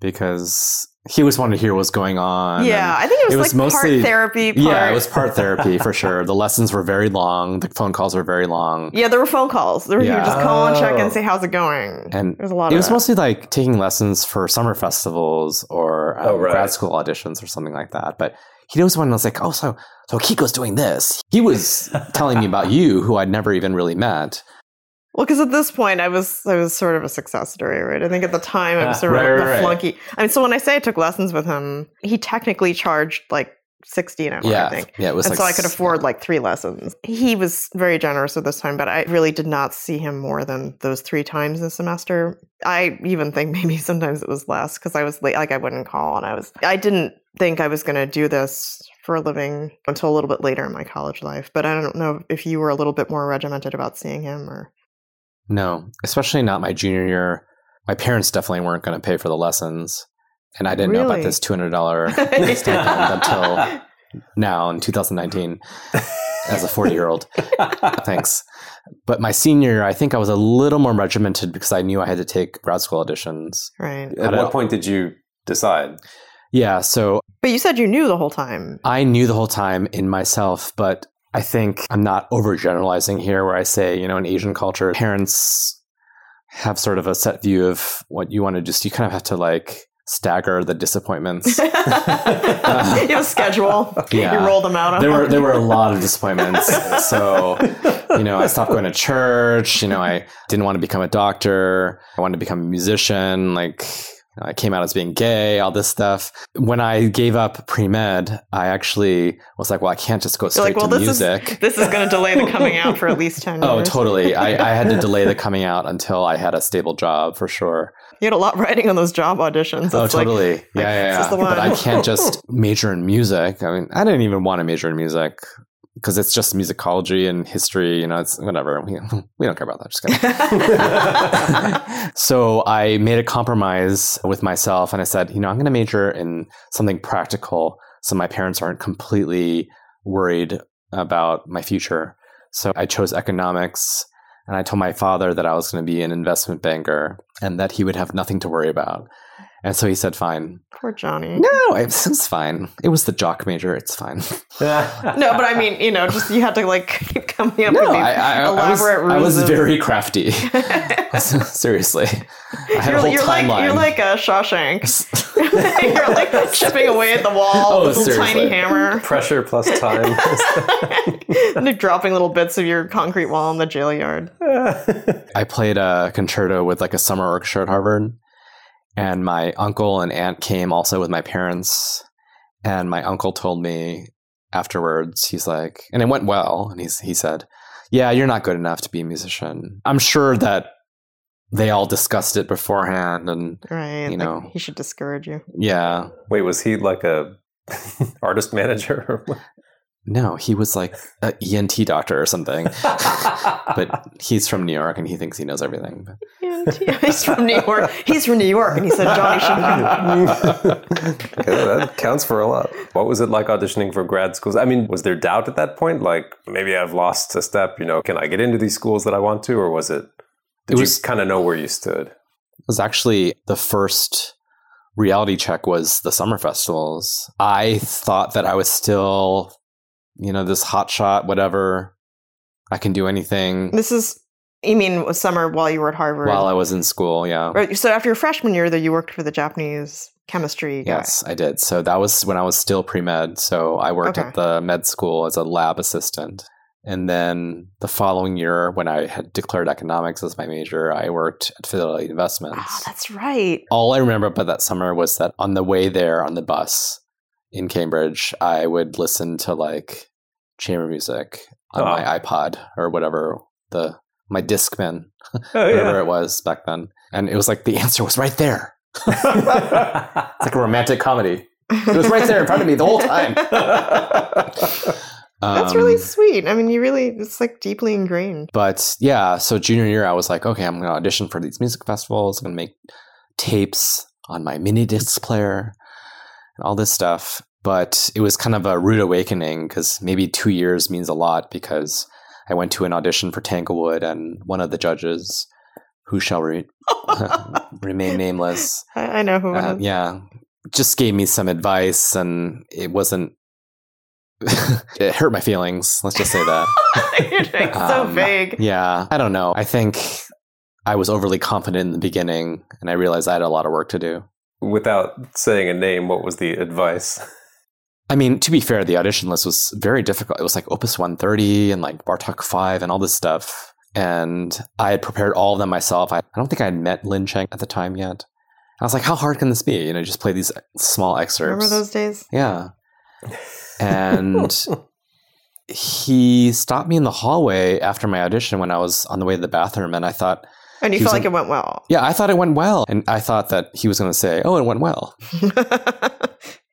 S3: because he always wanted to hear what's going on.
S2: Yeah,
S3: and-
S2: I think it was,
S3: it was
S2: like
S3: mostly-
S2: part therapy. Part,
S3: yeah, it was part therapy for sure. The lessons were very long. The phone calls were very long.
S2: Yeah, there were phone calls. There were, You
S3: Yeah. Oh.
S2: would just call and check
S1: Oh.
S2: and say, "How's it going?"
S3: And
S2: there was a lot.
S3: it
S2: of
S3: was
S2: that.
S3: mostly like taking lessons for summer festivals or um,
S1: Oh, right.
S3: grad school auditions or something like that. But he was one that was like, oh, so, so Kiko's doing this. He was
S1: <laughs>
S2: <laughs>
S3: telling me about you, who I'd never even really met.
S2: Well, because at this point, I was I was sort of a success story, right? I think at the time I was
S1: Ah,
S2: sort of
S3: right,
S2: the
S3: right, right.
S2: flunky. I mean, so when I say I took lessons with him, he technically charged like sixty an hour,
S3: yeah,
S2: I think.
S3: yeah, it was
S2: And
S3: like
S2: so I could
S3: s-
S2: afford like three lessons. He was very generous at this time, but I really did not see him more than those three times this semester. I even think <laughs> maybe sometimes it was less because I was late, like I wouldn't call, and I was I didn't think I was going to do this for a living until a little bit later in my college life. But I don't know if you were a little bit more regimented about seeing him
S3: <laughs>
S2: or.
S3: No, especially not my junior year. My parents definitely weren't going to pay for the lessons. and I didn't know about
S2: Really?
S3: this two
S2: <laughs>
S3: hundred dollar stipend until now
S2: <laughs>
S3: in 2019 as a 40 year old. Thanks. But my senior, year, I think I was a little more regimented because I knew I had to take grad school auditions.
S2: right.
S1: At
S3: How
S1: what
S3: do-
S1: point did you
S2: <laughs>
S1: decide?
S3: Yeah, so
S2: But you said you knew the whole time. <laughs>
S3: I knew the whole time in myself, but I think I'm not overgeneralizing here where I say, you know, in Asian culture, parents have sort of a set view of what you want to do. So you kind of have to like stagger
S2: <laughs>
S3: the disappointments.
S2: you have a schedule. You
S3: Yeah.
S2: roll them out. on-
S3: there were there were a lot of disappointments. So you know, I stopped going to church. You know, I didn't want to become a doctor. I wanted to become a musician. Like, I came out as being gay, all this stuff. When I gave up pre med, I actually was like, well, I can't just go
S2: You're
S3: straight
S2: like, well,
S3: to
S2: this
S3: music.
S2: is this is going to delay
S3: <laughs>
S2: the coming out for at least ten years.
S3: Oh, totally. I, I had to delay the coming out until I had a stable job for sure.
S2: You had a lot writing on those job auditions.
S3: Oh,
S2: It's like,
S3: totally. yeah, yeah,
S2: this is
S3: yeah.
S2: the
S3: But
S2: one.
S3: I
S2: <laughs>
S3: can't just major in music. I mean, I didn't even want to major in music because it's just musicology and history. You know, it's whatever. We, <laughs> we don't care about that. Just kidding. <laughs> so I made a compromise with myself and I said, you know, I'm going to major in something practical so my parents aren't completely worried about my future. So I chose economics and I told my father that I was going to be an investment banker and that he would have nothing to worry about. And so he said, fine.
S2: <laughs> Poor Johnny.
S3: No, it's, it's fine. It was the jock major. It's fine.
S2: No, but I mean, you know, just you had to like <laughs> keep coming up
S3: no,
S2: with these
S3: I, I, I, was,
S2: elaborate
S3: I was
S2: ruses. <laughs>
S3: very crafty. <laughs> Seriously. I had a
S2: you're,
S3: whole
S2: you're
S3: timeline.
S2: like you're like a Shawshank. <laughs>
S3: <laughs>
S2: you're like chipping away at the wall
S3: Oh,
S2: with a little tiny
S3: seriously.
S2: hammer
S3: <laughs>
S1: Pressure plus
S2: <laughs>
S1: time. <laughs>
S2: and you're dropping little bits of your concrete wall in the jail yard.
S3: I played a concerto with like a summer orchestra at Harvard, and my uncle and aunt came also with my parents. And my uncle told me afterwards, he's like, and it went well. And he's, he said, Yeah, you're not good enough to be a musician. I'm sure that they all discussed it beforehand. And
S2: Right.
S3: You
S2: like,
S3: know.
S2: he should discourage you. <laughs>
S3: yeah,
S1: Wait, was he like a <laughs> artist manager? or what?
S3: no, he was like an ENT doctor or something. but he's from New York and he thinks he knows everything. But
S2: He's from New York. He's from New York and he said Johnny should
S3: <laughs>
S1: <laughs> Yeah, that counts for a lot. What was it like auditioning for grad schools? I mean, was there doubt at that point? Like, maybe I've lost a step, you know, can I get into these schools that I want to? Or was it, did
S3: It was-
S1: you kind of know where you stood?
S3: was actually the first reality check was the summer festivals. I thought that I was still, you know, this hot shot, whatever. I can do anything
S2: This is you mean was summer while you were at Harvard.
S3: while I was in school. Yeah.
S2: Right, So after your freshman year though you worked for the Japanese chemistry guy.
S3: Yes, I did. So that was when I was still pre med. So I worked
S2: Okay.
S3: at the med school as a lab assistant. And then the following year, when I had declared economics as my major, I worked at Fidelity Investments.
S2: Ah, that's right.
S3: all I remember about that summer was that on the way there on the bus in Cambridge, I would listen to like chamber music on
S1: Oh.
S3: my iPod or whatever the my Discman,
S1: Oh,
S3: whatever it was back then, and it was like the answer was right there. It's like a romantic comedy. It was right there in front of me
S2: <laughs>
S3: the whole time.
S1: <laughs>
S2: That's
S3: Um,
S2: really sweet. I mean, you really, it's like deeply
S3: <laughs>
S2: ingrained.
S3: But yeah, so junior year, I was like, okay, I'm going to audition for these music festivals. I'm going to make tapes on my mini disc player and all this stuff. But it was kind of a rude awakening because maybe two years means a lot because I went to an audition for Tanglewood and one of the judges, who shall re- <laughs> remain nameless,
S2: I, I know who
S3: uh,
S2: it is.
S3: yeah, just gave me some advice and it wasn't, <laughs> it hurt my feelings. Let's just say that.
S2: <laughs> You're like so
S3: Um,
S2: vague.
S3: Yeah, I don't know. I think I was overly confident in the beginning, and I realized I had a lot of work to do.
S1: Without saying a name, what was the advice?
S3: I mean, to be fair, the audition list was very difficult. It was like Opus 130 and like Bartok 5 and all this stuff. And I had prepared all of them myself. I, I don't think I had met Lin Cheng at the time yet. I was like, how hard can this be? You know, just play these small excerpts.
S2: Remember those days?
S3: Yeah. And he stopped me in the hallway after my audition when I was on the way to the bathroom. And I thought,
S2: And you
S3: He was
S2: felt like
S3: on-
S2: it went well. <laughs>
S3: Yeah, I thought it went well. And I thought that he was going to say, Oh, it went well.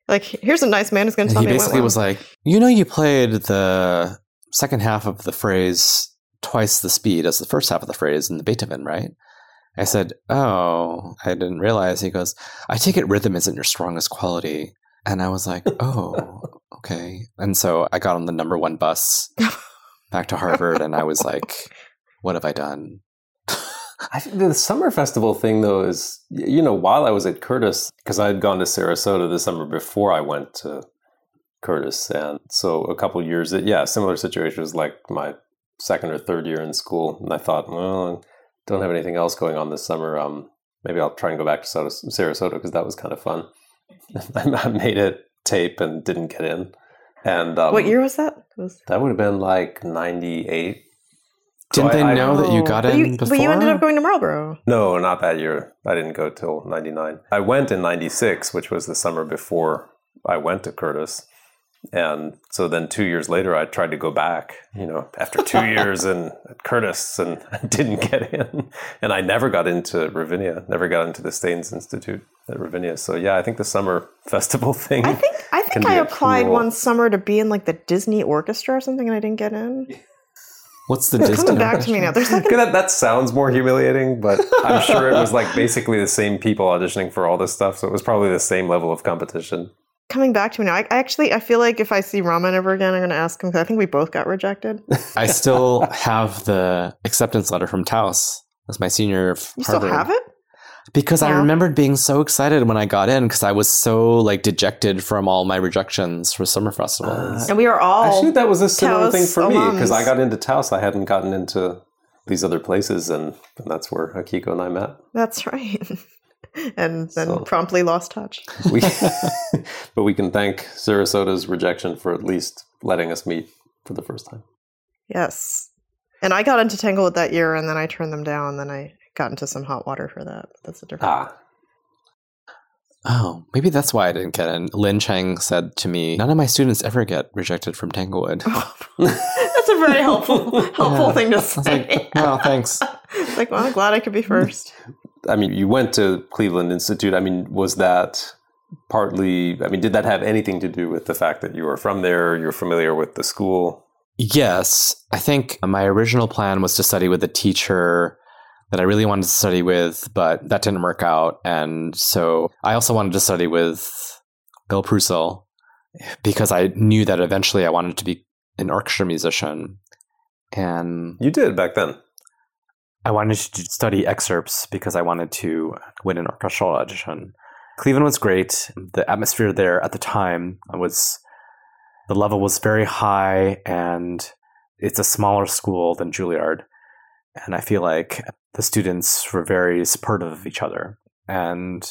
S2: like, here's a nice man who's going
S3: And
S2: to tell
S3: he
S2: me it went
S3: basically
S2: well.
S3: was like, You know, you played the second half of the phrase twice the speed as the first half of the phrase in the Beethoven, right? I said, Oh, I didn't realize. He goes, I take it rhythm isn't your strongest quality. And I
S2: <laughs>
S3: was like, Oh, okay. And so I got on the number
S2: <laughs>
S3: one bus back to Harvard and I was like, What have I done?
S1: I think the summer festival thing, though, is you know, while I was at Curtis, because I had gone to Sarasota the summer before I went to Curtis, and so a couple years, uh, yeah, similar situation was like my second or third year in school, and I thought, well, I don't have anything else going on this summer. Um, maybe I'll try and go back to Sarasota because that was kind of fun. <laughs> I made a tape and didn't get in. And um,
S3: "Oh,
S2: what year was that? Was...
S1: That would have been like '98.
S3: Didn't
S1: So
S3: they
S1: I- I-
S3: know that you got
S2: Oh, but
S3: in
S2: you,
S3: before?
S2: But you ended up going to Marlboro.
S1: No, not that year. I didn't go till 99. I went in 96, which was the summer before I went to Curtis. And so then two years later, I tried to go back, you know, after
S3: <laughs>
S1: two years in Curtis and <laughs> I didn't get in. And I never got into Ravinia, never got into the Staines Institute at Ravinia. So yeah, I think the summer <laughs> festival thing.
S2: I think I
S1: Can
S2: think
S1: be
S2: I
S1: a
S2: applied
S1: cruel-
S2: one summer to be in like the Disney orchestra or something, and I didn't get in.
S3: What's the
S2: It's coming
S3: distance?
S2: back to me now. There's like an,
S1: that, that sounds more humiliating, but I'm sure it was like basically the same people auditioning for all this stuff. So it was probably the same level of competition.
S2: coming back to me now. I, I actually I feel like if I see Raman ever again, I'm going to ask him because I think we both got rejected.
S3: I still have the acceptance letter from Taos. That's my senior. of
S2: You still
S3: Harvard.
S2: have it?
S3: Because I
S2: Yeah.
S3: remembered being so excited when I got in because I was so like dejected from all my rejections for summer festivals.
S2: And we are all
S1: Actually, that was a similar
S2: Oh, Taos
S1: thing for me because
S2: alums.
S1: I got into Taos. I hadn't gotten into these other places, and, and that's where Akiko and I met.
S2: That's right. <laughs> and then
S1: So-
S2: promptly lost touch.
S1: We, <laughs> but we can thank Sarasota's rejection for at least letting us meet for the first time.
S2: Yes. And I got into Tanglewood that year and then I turned them down. Then I got into some hot water for that. But that's a different
S1: Ah,
S3: oh, maybe that's why I didn't get in. Lin Chang said to me, "None of my students ever get rejected
S2: <laughs>
S3: from Tanglewood." I
S2: That's a very
S1: <laughs>
S2: helpful helpful
S3: Yeah.
S2: thing to
S3: was
S2: say.
S3: like, "No, Oh, thanks."
S2: <laughs> It's like, well, I'm glad I could be first.
S1: I mean, you went to Cleveland Institute. I mean, was that partly? I mean, did that have anything to do with the fact that you were from there? You're familiar with the school.
S3: Yes, I think my original plan was to study with a teacher that I really wanted to study with, but that didn't work out. And so I also wanted to study with Bill Prusel because I knew that eventually I wanted to be an orchestra musician. And
S1: You did back then.
S3: I wanted to study excerpts because I wanted to win an orchestral audition. Cleveland was great. The atmosphere there at the time was the level was very high, and it's a smaller school than Juilliard. And I feel like the students were very supportive of each other. And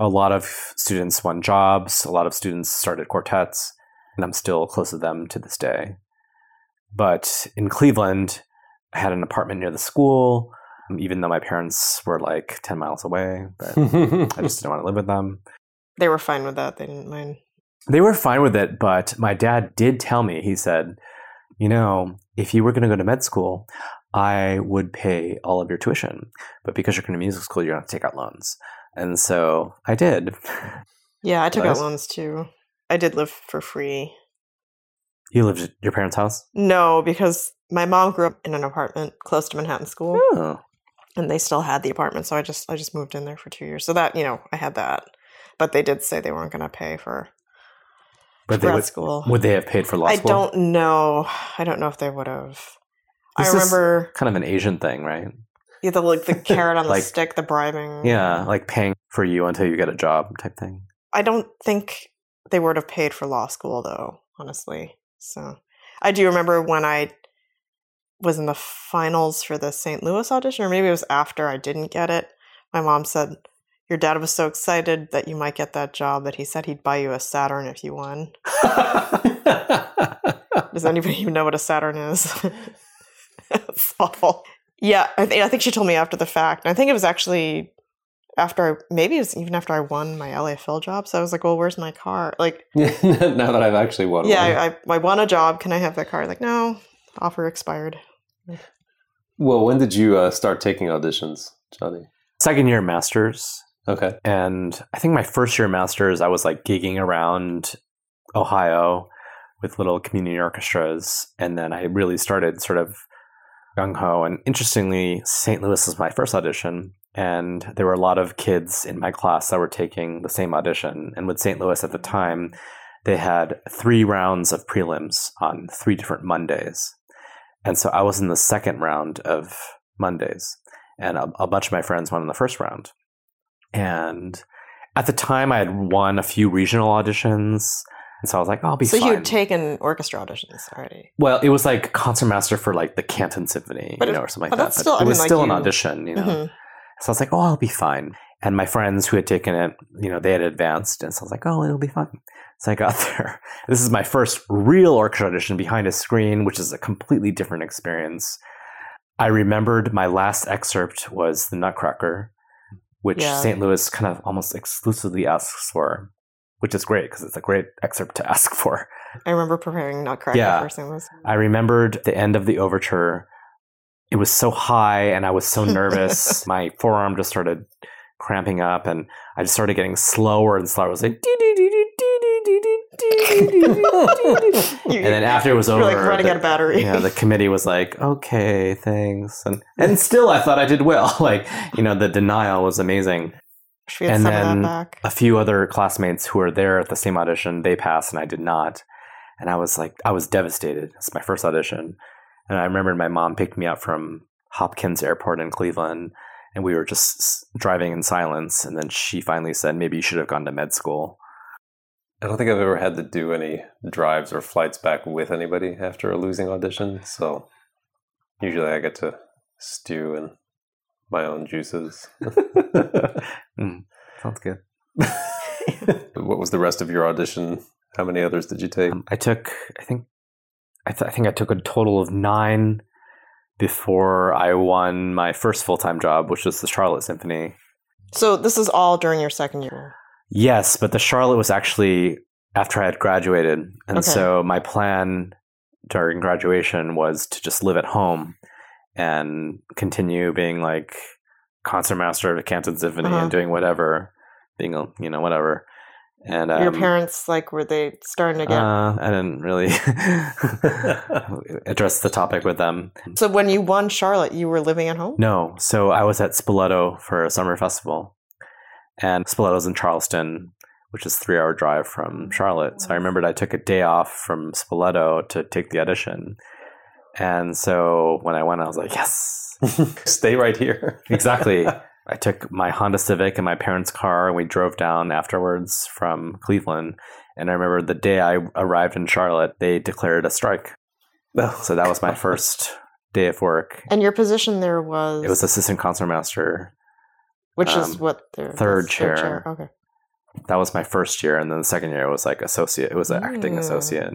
S3: a lot of students won jobs, a lot of students started quartets, and I'm still close to them to this day. But in Cleveland, I had an apartment near the school, even though my parents were like 10 miles away. But I just didn't want to live with them.
S2: They were fine with that. They didn't mind.
S3: They were fine with it, but my dad did tell me, he said, you know, if you were going to go to med school, I would pay all of your tuition. But because you're going to music school, you're going to have to take out loans. And so I did.
S2: Yeah, I took
S1: Nice.
S2: out loans too. I did live for free.
S3: You lived at your parents' house?
S2: No, because my mom grew up in an apartment close to Manhattan School.
S3: Oh.
S2: and they still had the apartment so i just i just moved in there for two years so that you know i had that but they did say they weren't going to pay for
S3: But they
S2: grad
S3: would,
S2: school
S3: would they have paid for law
S2: i
S3: school?
S2: don't know i don't know if they would have i
S3: This is
S2: remember
S3: Kind of an Asian thing, right?
S2: yeah, the like the carrot on
S3: <laughs> Like-
S2: the stick the bribing
S3: Yeah, like paying for you until you get a job type thing.
S2: i don't think they would have paid for law school though honestly so i do remember when i was in the finals for the st louis audition or maybe it was after i didn't get it my mom said your dad was so excited that you might get that job that he said he'd buy you a saturn if you won Does anybody even know what a Saturn is? <laughs> it's awful. Yeah, I, think I think she told me after the fact. And I think it was actually after, I, maybe it was even after I won my LAFL job. So I was like, well, where's my car? Like,
S1: <laughs> now that I've actually won,
S2: yeah,
S1: one.
S2: I, I, I won a job. Can I have that car? Like, no, offer expired.
S1: Well, when did you uh, start taking auditions, Johnny?
S3: Second year master's.
S1: Okay.
S3: And I think my first year master's, I was like gigging around Ohio with little community orchestras. And then I really started sort of gung ho. And interestingly, St. Louis was my first audition. And there were a lot of kids in my class that were taking the same audition. And with St. Louis at the time, they had three rounds of prelims on three different Mondays. And so I was in the second round of Mondays. And a, a bunch of my friends went in the first round. And at the time, I had won a few regional auditions. And so I was like, "Oh, I'll be
S2: so
S3: fine.
S2: you had taken orchestra auditions already.
S3: Well, it was like concertmaster for like the Canton Symphony,
S2: But
S3: you
S2: it-
S3: know, or something
S2: but
S3: like that.
S2: that's still- I
S3: it
S2: mean,
S3: was
S2: like,
S3: still an
S2: you-
S3: audition, you know.
S2: Mhm.
S3: So I was like, oh, I'll be fine. And my friends who had taken it, you know, they had advanced, and so I was like, oh, it'll be fine. So I got <laughs> there. This is my first real orchestra audition behind a screen, which is a completely different experience. I remembered my last excerpt was the Nutcracker, which
S2: Yeah.
S3: St. Louis kind of almost exclusively asks for, which is great because it's a great excerpt to <laughs> ask for.
S2: I remember preparing Nutcracker
S3: Yeah.
S2: for St. <laughs> Louis.
S3: I remembered the end of the overture. It was so high and I was
S2: <laughs>
S3: so nervous. My forearm just started cramping up and I just started getting slower and slower. I was like,
S2: You- <laughs>
S3: <laughs> and then after it was
S2: you're like
S3: over,
S2: running
S3: the,
S2: out of battery.
S3: you know, the committee was like, okay, thanks. And, and still I thought I did well. <laughs> Like, you know, the denial was amazing.
S2: <laughs> Wish we had
S3: and
S2: some
S3: then-
S2: of that back.
S3: A few other classmates who were there at the same audition, they passed and I did not. And I was like, I was devastated. It's my first audition. And I remembered my mom picked me up from Hopkins Airport in Cleveland and we were just s- driving in silence. And then she finally said, maybe you should have gone to med school.
S1: I don't think I've ever had to do any drives or flights back with anybody after a losing audition. So usually I get to stew in my own juices. <laughs>
S3: Mm, sounds good.
S1: what was the rest of your audition? How many others did you take? <laughs>
S3: Um, I took, I think, I, th- I think I took a total of nine before I won my first full time job, which was the Charlotte Symphony.
S2: So this is all during your second year.
S3: Yes, but the Charlotte was actually after I had graduated. And
S2: Okay.
S3: so my plan during graduation was to just live at home and continue being like concertmaster of the Canton Symphony
S2: Uh-huh.
S3: and doing whatever, being, a you know, whatever. And um,
S2: your parents, like, were they starting to get?
S3: uh, I didn't really <laughs> address the topic with them.
S2: so when you won Charlotte, you were living at home.
S3: No, so I was at Spoleto for a summer festival, and Spoleto's in Charleston, which is three hour drive from Charlotte. So I remembered I took a day off from Spoleto to take the audition, and so when I went, I was like, yes,
S1: Stay right here. <laughs>
S3: exactly. I took my Honda Civic in my parents' car, and we drove down afterwards from Cleveland. And I remember the day I arrived in Charlotte, they declared a strike. So that was my first day of work.
S2: And your position there was
S3: It was assistant concertmaster
S2: which
S3: um,
S2: is what their
S3: third
S2: that's
S3: chair.
S2: their Okay.
S3: that was my first year and then the second year was like associate it was an acting
S2: Mm.
S3: associate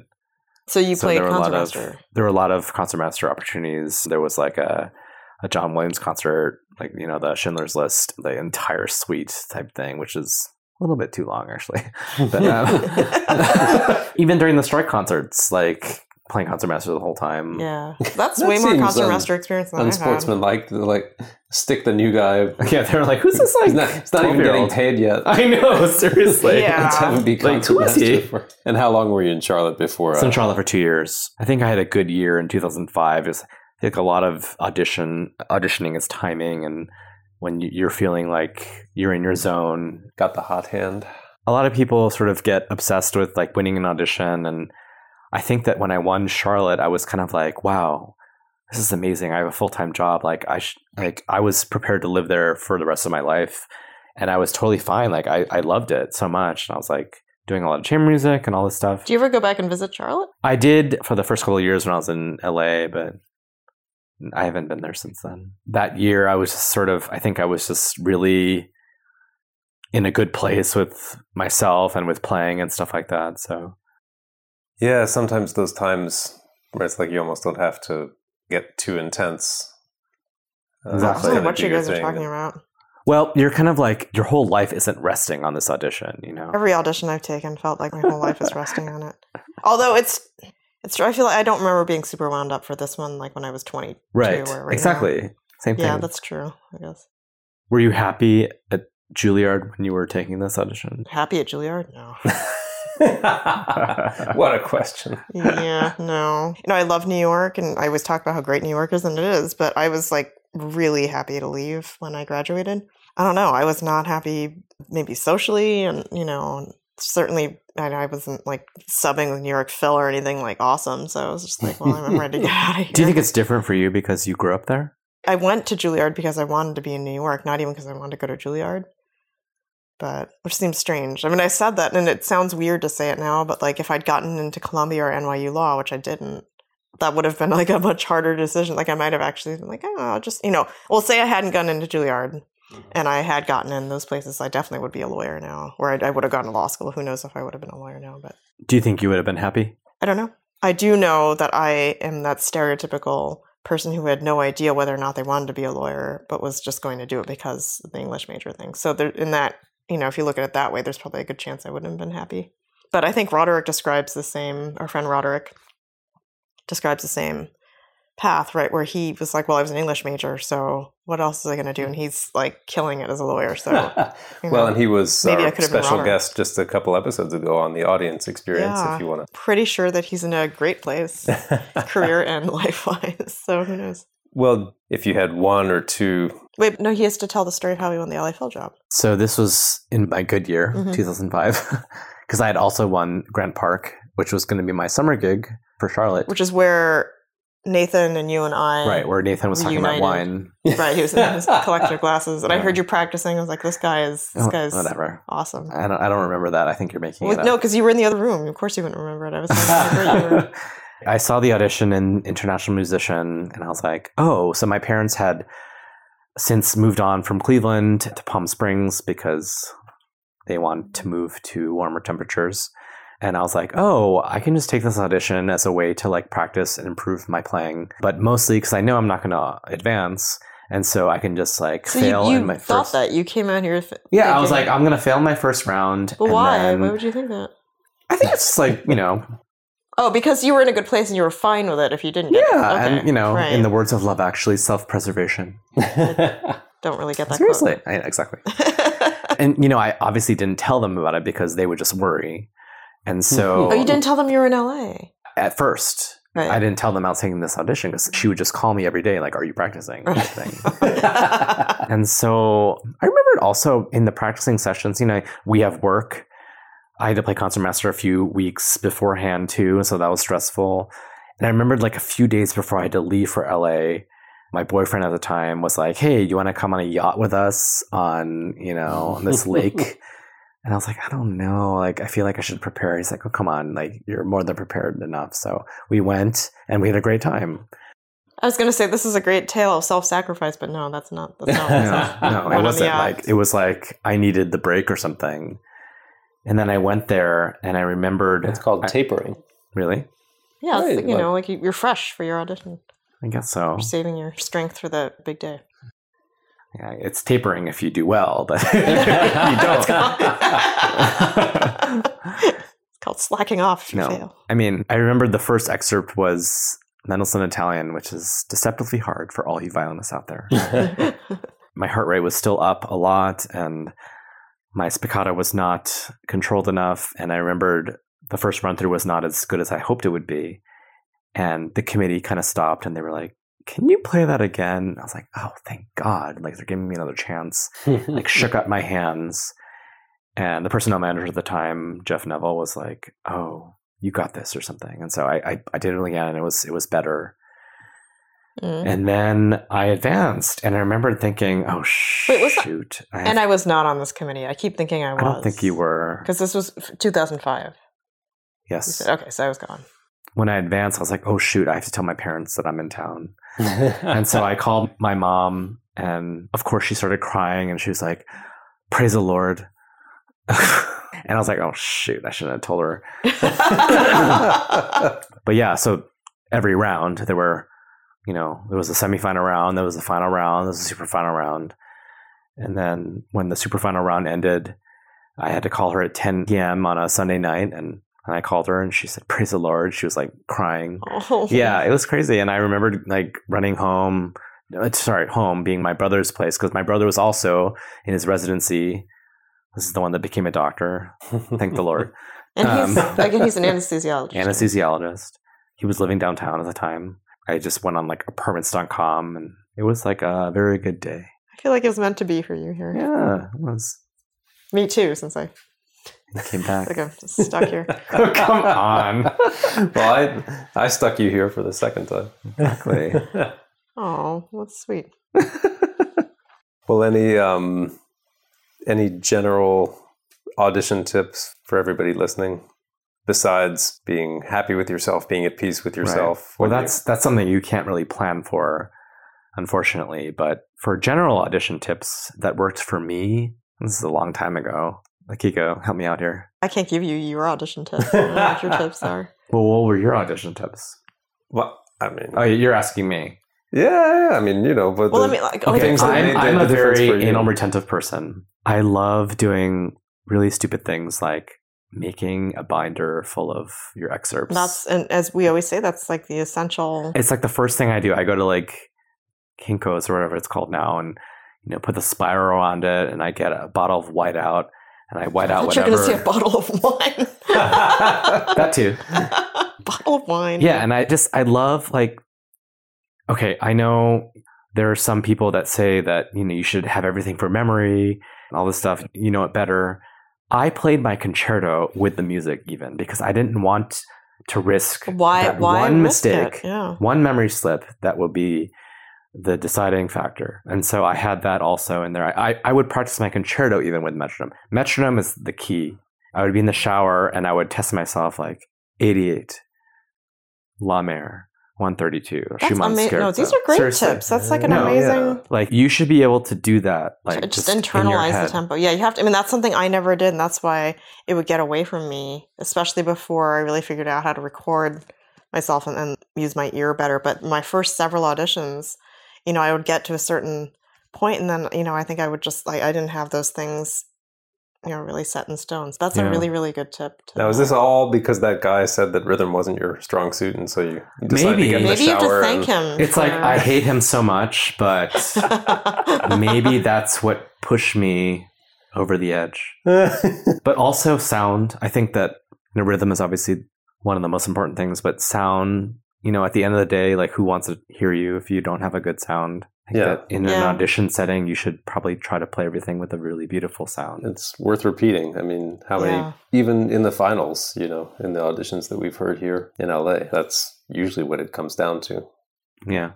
S2: So you
S3: So
S2: played
S3: there were a lot of-
S2: concertmaster.
S3: there were a lot of concertmaster opportunities there was like a, a john williams concert like you know the schindler's list the entire suite type thing which is a little bit too long actually <laughs>
S2: <laughs>
S3: but
S1: uh,
S3: um, even during the strike concerts like playing concertmaster the whole time
S2: Yeah, that's
S1: That
S2: way more
S1: seems
S2: concertmaster experience than I had.
S1: Unsportsmanlike, to, like stick the new guy. <laughs>
S3: yeah they're like who's this like
S1: He's not, it's not even getting
S3: 12-year-old?
S1: paid <laughs> yet.
S3: <laughs> i know seriously
S2: Yeah.
S1: Let's have him be
S3: Like, who is he?
S1: concertmaster. And how long were you in Charlotte before?
S3: was in
S1: uh,
S3: Charlotte for two years. I think I had a good year in 2005. It was, I think a lot of audition auditioning is timing and when you, you're feeling like you're in your zone.
S1: got the hot hand.
S3: A lot of people sort of get obsessed with like winning an audition, and I think that when I won Charlotte, I was kind of like, wow. This is amazing. I have a full time job. Like I sh- like I was prepared to live there for the rest of my life, and I was totally fine. Like I, I loved it so much, and I was like doing a lot of chamber music and all this stuff.
S2: Do you ever go back and visit Charlotte?
S3: I did for the first couple of years when I was in LA, but I haven't been there since then. That year, I was just sort of, I think I was just really in a good place with myself and with playing and stuff like that. So,
S1: Yeah, sometimes those times where it's like you almost don't have to get too intense. Uh,
S2: I
S3: Exactly.
S1: just
S2: don't know
S1: kinda
S2: what
S1: do
S2: you
S1: your
S2: guys are
S1: thing.
S2: talking about.
S3: well, you're kind of like, your whole life isn't resting on this audition, you know?
S2: Every audition I've taken felt like my whole life is resting on
S3: <laughs>
S2: it. Although it's, it's. I feel like I don't remember being super wound up for this one. Like when I was twenty.
S3: Right.
S2: where we're
S3: Exactly. Same thing.
S2: Yeah, that's true. I guess
S3: Were you happy at Juilliard when you were taking this <laughs> audition?
S2: happy at Juilliard. No.
S1: <laughs> what a question.
S2: yeah, no. You know, I love New York and I always talk about how great New York is and it is, but I was like really happy to leave when I graduated. I don't know. I was not happy, maybe socially, and you know, certainly I, I wasn't like subbing with New York Phil or anything like awesome. So I was just like, well, I'm ready to get out of here.
S3: Do you think it's different for you because you grew up there?
S2: I went to Juilliard because I wanted to be in New York, not even because I wanted to go to Juilliard. But which seems strange. I mean, I said that, and it sounds weird to say it now, but like if I'd gotten into Columbia or NYU law, which I didn't, that would have been like a much harder decision. Like I might have actually been like, oh, I'll just you know, well, say I hadn't gone into Juilliard and I had gotten in those places, I definitely would be a lawyer now, or I, I would have gone to law school. Who knows if I would have been a lawyer now? But
S3: Do you think you would have been happy?
S2: I don't know. I do know that I am that stereotypical person who had no idea whether or not they wanted to be a lawyer, but was just going to do it because of the English major thing. So there, in that, you know, if you look at it that way, there's probably a good chance I wouldn't have been happy. But I think Roderick describes the same. Our friend Roderick describes the same path, right? Where he was like, "Well, I was an English major, so what else is I going to do?" And he's like killing it as a
S1: <laughs>
S2: lawyer. So, you
S1: Well,
S2: know,
S1: and he was
S2: Maybe I
S1: our
S2: could have been
S1: special
S2: Robert.
S1: guest just a couple episodes ago on the audience experience.
S2: Yeah.
S1: If you want
S2: pretty sure that he's in a
S1: <laughs>
S2: great place,
S1: to,
S2: career and <laughs> life wise. So who knows?
S1: well, if you had one or two, <laughs>
S2: Wait, no, he has to tell the story of how he won the LFL job.
S3: So this was in my good year,
S2: Mhm.
S3: <laughs> 2005, because I had also won Grant Park, which was going to be my summer gig for Charlotte.
S2: which is where Nathan and you and I.
S3: right, where Nathan was talking about
S2: Reunited.
S3: wine.
S2: <laughs> Right. He was in
S3: <laughs>
S2: his collection of glasses, and I
S3: Yeah.
S2: heard you practicing. I was like, this guy is this
S3: Oh,
S2: guy's
S3: Whatever.
S2: awesome.
S3: I don't, I don't remember that. I think you're making
S2: Well,
S3: it up.
S2: no, because you were in the other room. Of course, you wouldn't remember it. I was like, I heard you
S3: <laughs>
S2: were- <laughs>
S3: I saw the audition in International Musician, and I was like, oh, so my parents had since moved on from Cleveland to Palm Springs because they wanted to move to warmer temperatures. And I was like, oh, I can just take this audition as a way to like practice and improve my playing, but mostly because I know I'm not going to advance. And so I can just like
S2: So
S3: fail
S2: you, you
S3: in my
S2: thought
S3: first.
S2: that you came out here. f-
S3: Yeah, I was like,
S2: thinking-
S3: I'm going to fail my first round.
S2: But
S3: and
S2: why?
S3: then-
S2: Why would you think that?
S3: I think it's just like, you know,
S2: Oh, because you were in a good place and you were fine with it. If you didn't,
S3: Yeah,
S2: get it. Okay,
S3: and you know,
S2: right.
S3: in the words of Love Actually, self-preservation.
S2: don't really get that. quote.
S3: Seriously,
S2: <laughs>
S3: I, exactly. and you know, I obviously didn't tell them about it because they would just worry. And so,
S2: oh, you didn't tell them you were in L.A.
S3: at first,
S2: Right.
S3: I didn't tell them I was taking this audition because she would just call me every day, like, "Are you practicing?" Kind
S2: <laughs>
S3: of thing. <laughs> and so, I remembered also in the practicing sessions. You know, we have work. I had to play concertmaster a few weeks beforehand too, so that was stressful. And I remembered like a few days before I had to leave for LA, my boyfriend at the time was like, "Hey, you want to come on a yacht with us on you know on this lake?" And I was like, "I don't know. Like, I feel like I should prepare." He's like, "Oh, come on! Like, you're more than prepared enough." So we went, and we had a great time.
S2: I was going to say this is a great tale of self-sacrifice, but no, that's not. That's not. What it's <laughs> not.
S3: <laughs> No, no,
S2: Went on
S3: it
S2: the
S3: wasn't
S2: yacht.
S3: like it was like I needed the break or something. And then I went there, and I remembered
S1: it's called
S3: I-
S1: <laughs> tapering.
S3: really.
S2: Yeah, it's
S1: Right,
S2: like, you know, like you- you're fresh for your audition.
S3: I guess so.
S2: You're saving your strength for the big
S3: <laughs>
S2: day. <laughs>
S3: Yeah, it's tapering if you do well, but <laughs> you don't.
S2: it's called slacking off if you
S3: No. <laughs>
S2: fail. <laughs>
S3: I mean, I remember the first excerpt was Mendelssohn Italian, which is deceptively hard for all you violinists out there. my heart rate was still up a lot, and my spiccato was not controlled enough. And I remembered the first run through was not as good as I hoped it would be. And the committee kind of stopped, and they were like, "Can you play that again?" I was like, "Oh, thank God! Like they're giving me another chance."
S1: <laughs>
S3: like shook up my hands. And the personnel manager at the time, Jeff Neville, was like, "Oh, you got this," or something. And so I, I, I did it again, and it was it was better.
S2: Mm.
S3: And then I advanced, and I remembered thinking, "Oh shoot!"
S2: Wait, was that-
S3: I,
S2: And I was not on this committee. I keep thinking I was.
S3: I don't think you were.
S2: Because this was f- 2005. You
S3: Yes.
S2: said, "Oh." okay, so I was
S3: <laughs>
S2: gone. <laughs>
S3: When I advanced, I was like, "Oh shoot! I have to tell my parents that I'm in town."
S1: <laughs>
S3: and so I called my mom, and of course she started crying, and she was like, "Praise the Lord." <laughs> and I was like, "Oh shoot! I shouldn't have told her." but yeah, so every round there were, you know, there was a semifinal round, there was a final round, there was a super final round, and then when the super final round ended, I had to call her at 10 p.m. on a Sunday night, and, and I called her and she said, "Praise the Lord." She was like crying.
S2: oh.
S3: Yeah, it was crazy, and I remembered like running home. uh, Sorry, home being my brother's place because my brother was also in his residency. This is the one that became a doctor.
S1: <laughs>
S3: Thank the Lord.
S2: And he's,
S3: Um. <laughs>
S2: again, he's an anesthesiologist.
S3: anesthesiologist. He was living downtown at the time. I just went on like apartments.com and It was like a very good day.
S2: I feel like it was meant to be for you here.
S3: Yeah, it was.
S2: Me too, since I
S3: Came back.
S2: like I'm stuck
S3: <laughs>
S2: here.
S3: Oh,
S1: <laughs>
S3: come on.
S1: well, I, I stuck you here for the second time. <laughs>
S3: Exactly.
S2: Oh, that's sweet.
S1: well, any um, any general audition tips for everybody listening? Besides being happy with yourself, being at peace with yourself.
S3: Well,
S1: what do you-
S3: that's that's something you can't really plan for, unfortunately. But for general audition tips that worked for me, this is a long time ago. Akiko, help me out here.
S2: I can't give you your audition tips. I don't know what your tips
S3: <laughs>
S2: are.
S3: Well, what were your audition tips?
S1: Well, I mean,
S3: Oh, you're asking me.
S1: yeah, yeah, I mean, you know, but
S2: Well,
S1: the-
S2: I mean, like,
S1: Okay.
S2: okay.
S1: Things that made
S3: I'm,
S1: the
S3: I'm a
S1: difference for
S3: very
S1: you.
S3: anal retentive person. I love doing really stupid things like making a binder full of your excerpts.
S2: that's and as we always say, that's like the essential.
S3: it's like the first thing I do. I go to like Kinko's or whatever it's called now, and you know, put the spiral on it, and I get a bottle of whiteout, and I white out
S2: I thought you were
S3: whatever.
S2: gonna see a bottle of wine.
S3: <laughs> that too.
S2: bottle of wine.
S3: Yeah, and I just I love like okay, I know there are some people that say that, you know, you should have everything for memory and all this stuff, you know it better. I played my concerto with the music even because I didn't want to risk
S2: Why?
S3: that
S2: why
S3: one
S2: risk it?
S3: mistake
S2: Yeah.
S3: one memory slip that will be the deciding factor. And so I had that also in there. I, I, I would practice my concerto even with metronome. Metronome is the key. I would be in the shower and I would test myself like 88, La Mer, 132,
S2: That's
S3: Schumann
S2: amazing. No,
S3: Scherzo.
S2: these are great
S3: Seriously.
S2: tips. That's like an
S3: No,
S2: amazing.
S3: Like you should be able to do that. Like
S2: just,
S3: just, in your
S2: internalize the
S3: head.
S2: tempo. Yeah, you have to. I mean, that's something I never did, and that's why it would get away from me, especially before I really figured out how to record myself and, and use my ear better. But my first several auditions, you know, I would get to a certain point, and then you know, I think I would just like I didn't have those things, you know, really set in stone. So that's
S3: Yeah.
S2: a really really good tip. To
S1: now, is this all because that guy said that rhythm wasn't your strong suit, and so you decided
S3: Maybe.
S1: to get in the
S2: Maybe you have to
S1: shower?
S2: thank
S1: and-
S2: him.
S3: It's like
S2: for-
S3: I hate him so much, but
S2: <laughs>
S3: <laughs> maybe that's what pushed me over the edge. but also sound. I think that you know, rhythm is obviously one of the most important things, but sound, you know, at the end of the day, like who wants to hear you if you don't have a good sound? I think
S1: Yeah.
S3: that in
S2: Yeah.
S3: an audition setting, you should probably try to play everything with a really beautiful
S1: <laughs>
S3: sound.
S1: it's worth repeating. I mean, how many
S2: Yeah.
S1: even in the finals, you know, in the auditions that we've heard here in LA, that's usually what it comes down to.
S3: yeah.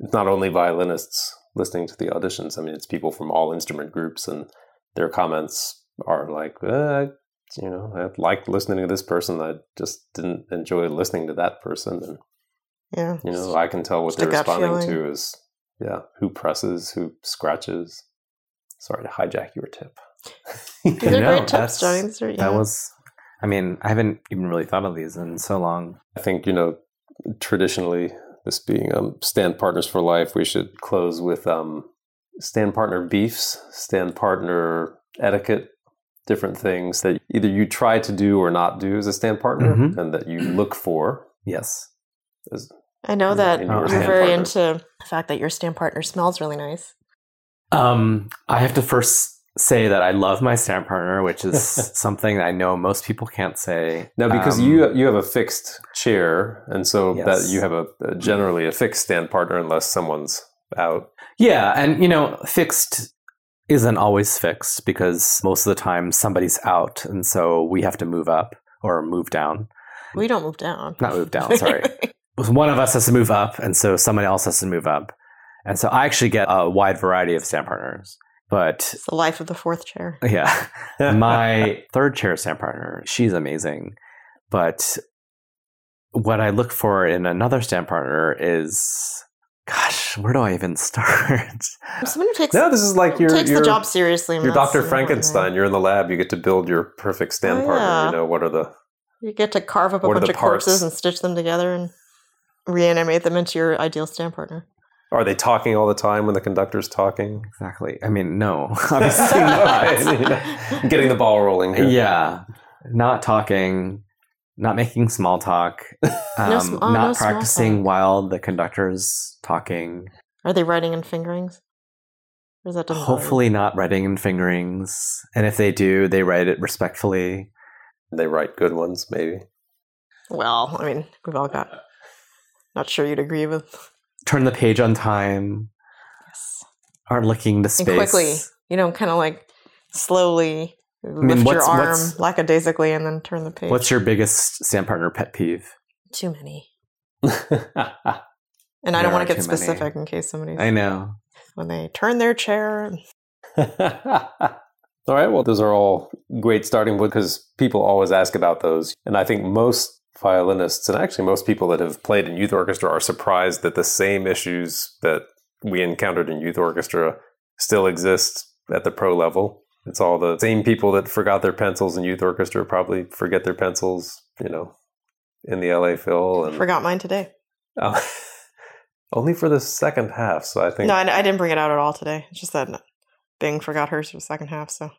S1: It's not only violinists listening to the auditions. I mean, it's people from all instrument groups, and their comments are like, uh, you know, I liked listening to this person. I just didn't enjoy listening to that person. And
S2: yeah.
S1: you know, I can tell what
S2: Just a
S1: they're
S2: gut
S1: responding
S2: feeling.
S1: to is yeah, who presses, who scratches. Sorry to hijack your tip.
S2: These are
S3: No,
S2: great tips,
S3: that's-
S2: Johnny. These are- yeah.
S3: That was, I mean, I haven't even really thought of these in so long.
S1: I think you know traditionally this being um, stand partners for life, we should close with um, stand partner beefs, stand partner etiquette, different things that either you try to do or not do as a stand partner,
S3: Mhm.
S1: and that you look for.
S3: Yes.
S2: I know that
S1: in
S3: your
S2: you're
S3: stand
S2: very
S1: partner.
S2: into the fact that your stand partner smells really nice.
S3: Um, I have to first say that I love my stand partner, which <laughs> is something I know most people can't say.
S1: Now, because
S3: Um,
S1: you you have a fixed chair, and so that
S3: Yes.
S1: you have a, a generally a fixed stand partner unless someone's out.
S3: Yeah, and you know, fixed isn't always fixed because most of the time somebody's out, and so we have to move up or move down.
S2: We don't move down.
S3: Not move down, sorry. One of us has to move up, and so someone else has to move up, and so I actually get a wide variety of stand partners. But
S2: <laughs> it's the life of the
S1: <laughs>
S2: fourth chair.
S3: yeah, <laughs> my third chair stand partner, she's amazing, but what I look for in another stand partner is, gosh, where do I even <laughs> start?
S2: Someone who takes,
S1: No, this is like your
S2: takes
S1: your-
S2: the job seriously. I mean,
S1: You're
S2: that's
S1: Dr.
S2: the important
S1: Frankenstein. You're in the lab. You get to build your perfect stand
S2: Oh,
S1: partner.
S2: yeah.
S1: You know, what are the.
S2: thing. You get to carve up a
S1: What are
S2: bunch
S1: the
S2: of corpses
S1: parts?
S2: and stitch them together and reanimate them into your ideal
S1: <laughs>
S2: stand partner.
S1: Are they talking all the time when the conductor's talking?
S3: Exactly. I mean, no, obviously not.
S2: <laughs>
S1: Getting the ball rolling here.
S3: yeah, not talking, not making small talk, um,
S2: <laughs> No sm- oh,
S3: not
S2: no small
S3: practicing
S2: talk.
S3: while the conductor's talking.
S2: Are they writing and fingerings? Or is that doesn't bother you?
S3: Hopefully, not writing and fingerings. And if they do, they write it respectfully.
S1: They write good ones, maybe.
S2: Well, I mean, we've all got. Not sure you'd agree with.
S3: Turn the page on time. are looking to
S2: and
S3: space.
S2: quickly. You know, kind of like slowly lift your
S3: what's-
S2: arm
S3: what's-
S2: lackadaisically and then turn the page.
S3: What's your biggest sand partner pet peeve?
S2: Too many.
S1: I
S2: And I don't
S3: There
S2: want
S3: are
S2: to get
S3: too many.
S2: specific in case somebody's
S3: I know.
S2: when they turn their chair.
S1: <laughs> all right. Well, those are all great starting points because people always ask about those. And I think most violinists and actually most people that have played in youth orchestra are surprised that the same issues that we encountered in youth orchestra still exist at the pro level. It's all the same people that forgot their pencils in youth orchestra probably forget their pencils, you know, in the LA Phil. And
S2: Forgot mine today.
S1: Um, <laughs> only for the second half. So I think.
S2: No, I, I didn't bring it out at all today. It's just that Bing forgot hers for the second half. So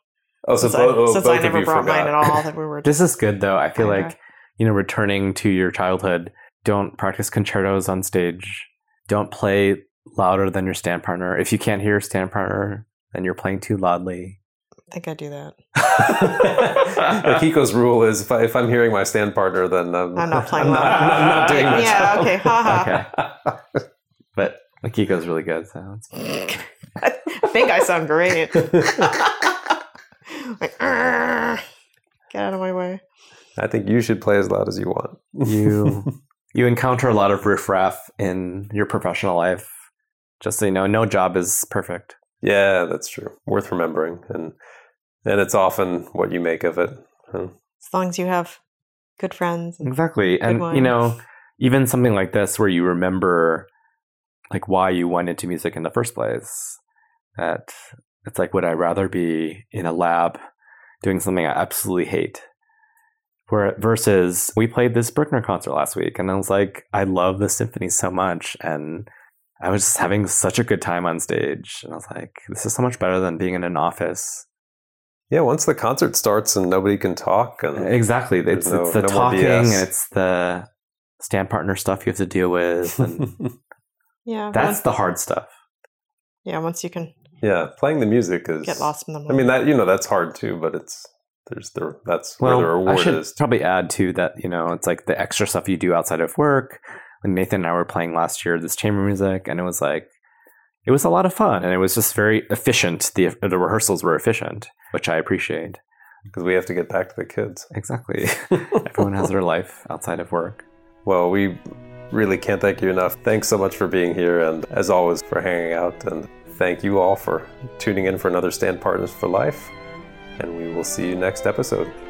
S1: oh, so
S2: since,
S1: bo- oh,
S2: I, since
S1: both
S2: I
S1: of
S2: never
S1: you
S2: brought
S1: forgot.
S2: mine
S1: <laughs>
S2: at all, that we were
S3: This is good though. I feel
S2: I know.
S3: like, you know, returning to your childhood, don't practice concertos on stage. Don't play louder than your stand partner. If you can't hear your stand partner, then you're playing too loudly.
S2: I think I do
S3: <laughs>
S2: that.
S1: Yeah, Kiko's rule is if, I, if I'm hearing my stand partner, then um, <laughs> I'm,
S2: I'm not playing
S1: not, <laughs>
S2: loud.
S1: I'm not doing my
S2: Yeah,
S1: job.
S2: okay, ha
S3: <laughs> But Akiko's really good, so it's
S2: I think I sound
S3: <laughs>
S2: great. like, "Arr, get out of my way.
S1: <laughs> I think you should play as loud as you want.
S3: you you encounter a lot of riffraff in your professional life. Just so you know, no job is perfect.
S1: <laughs> Yeah, that's true. Worth remembering, and and it's often what you make of it.
S2: As long as you have good friends. and-
S3: Exactly. And you
S2: one.
S3: know, even something like this where you remember like why you went into music in the first place. That it's like would I rather be in a lab doing something I absolutely hate? Where versus we played this Bruckner concert last week and I was like, I love the symphony so much and I was just having such a good time on stage. And I was like, this is so much better than being in an office.
S1: Yeah, once the concert starts and nobody can talk, and
S3: Exactly. It's,
S1: There's
S3: it's
S1: no-
S3: the
S1: no more
S3: talking and
S1: BS.
S3: it's the stand partner stuff you have to
S1: <laughs>
S3: deal with. And
S2: Yeah.
S3: that's
S2: once-
S3: the hard stuff.
S2: yeah, once you can
S1: yeah, playing the music is
S2: get lost in the
S1: I
S2: moment.
S1: mean that you know that's hard too, but it's there's the that's where the
S3: Well, I
S1: reward
S3: should
S1: is.
S3: probably add too that, you know, it's like the extra stuff you do outside of work. When Nathan and I were playing last year, this chamber music, and it was like, it was a lot of fun and it was just very efficient. The, the rehearsals were efficient, which I appreciate.
S1: because we have to get back to the kids.
S3: Exactly. <laughs> Everyone
S1: <laughs>
S3: has their life outside of work.
S1: Well, we really can't thank you enough. Thanks so much for being here, and as always for hanging out. And thank you all for tuning in for another Stand Partners for Life. And we will see you next episode.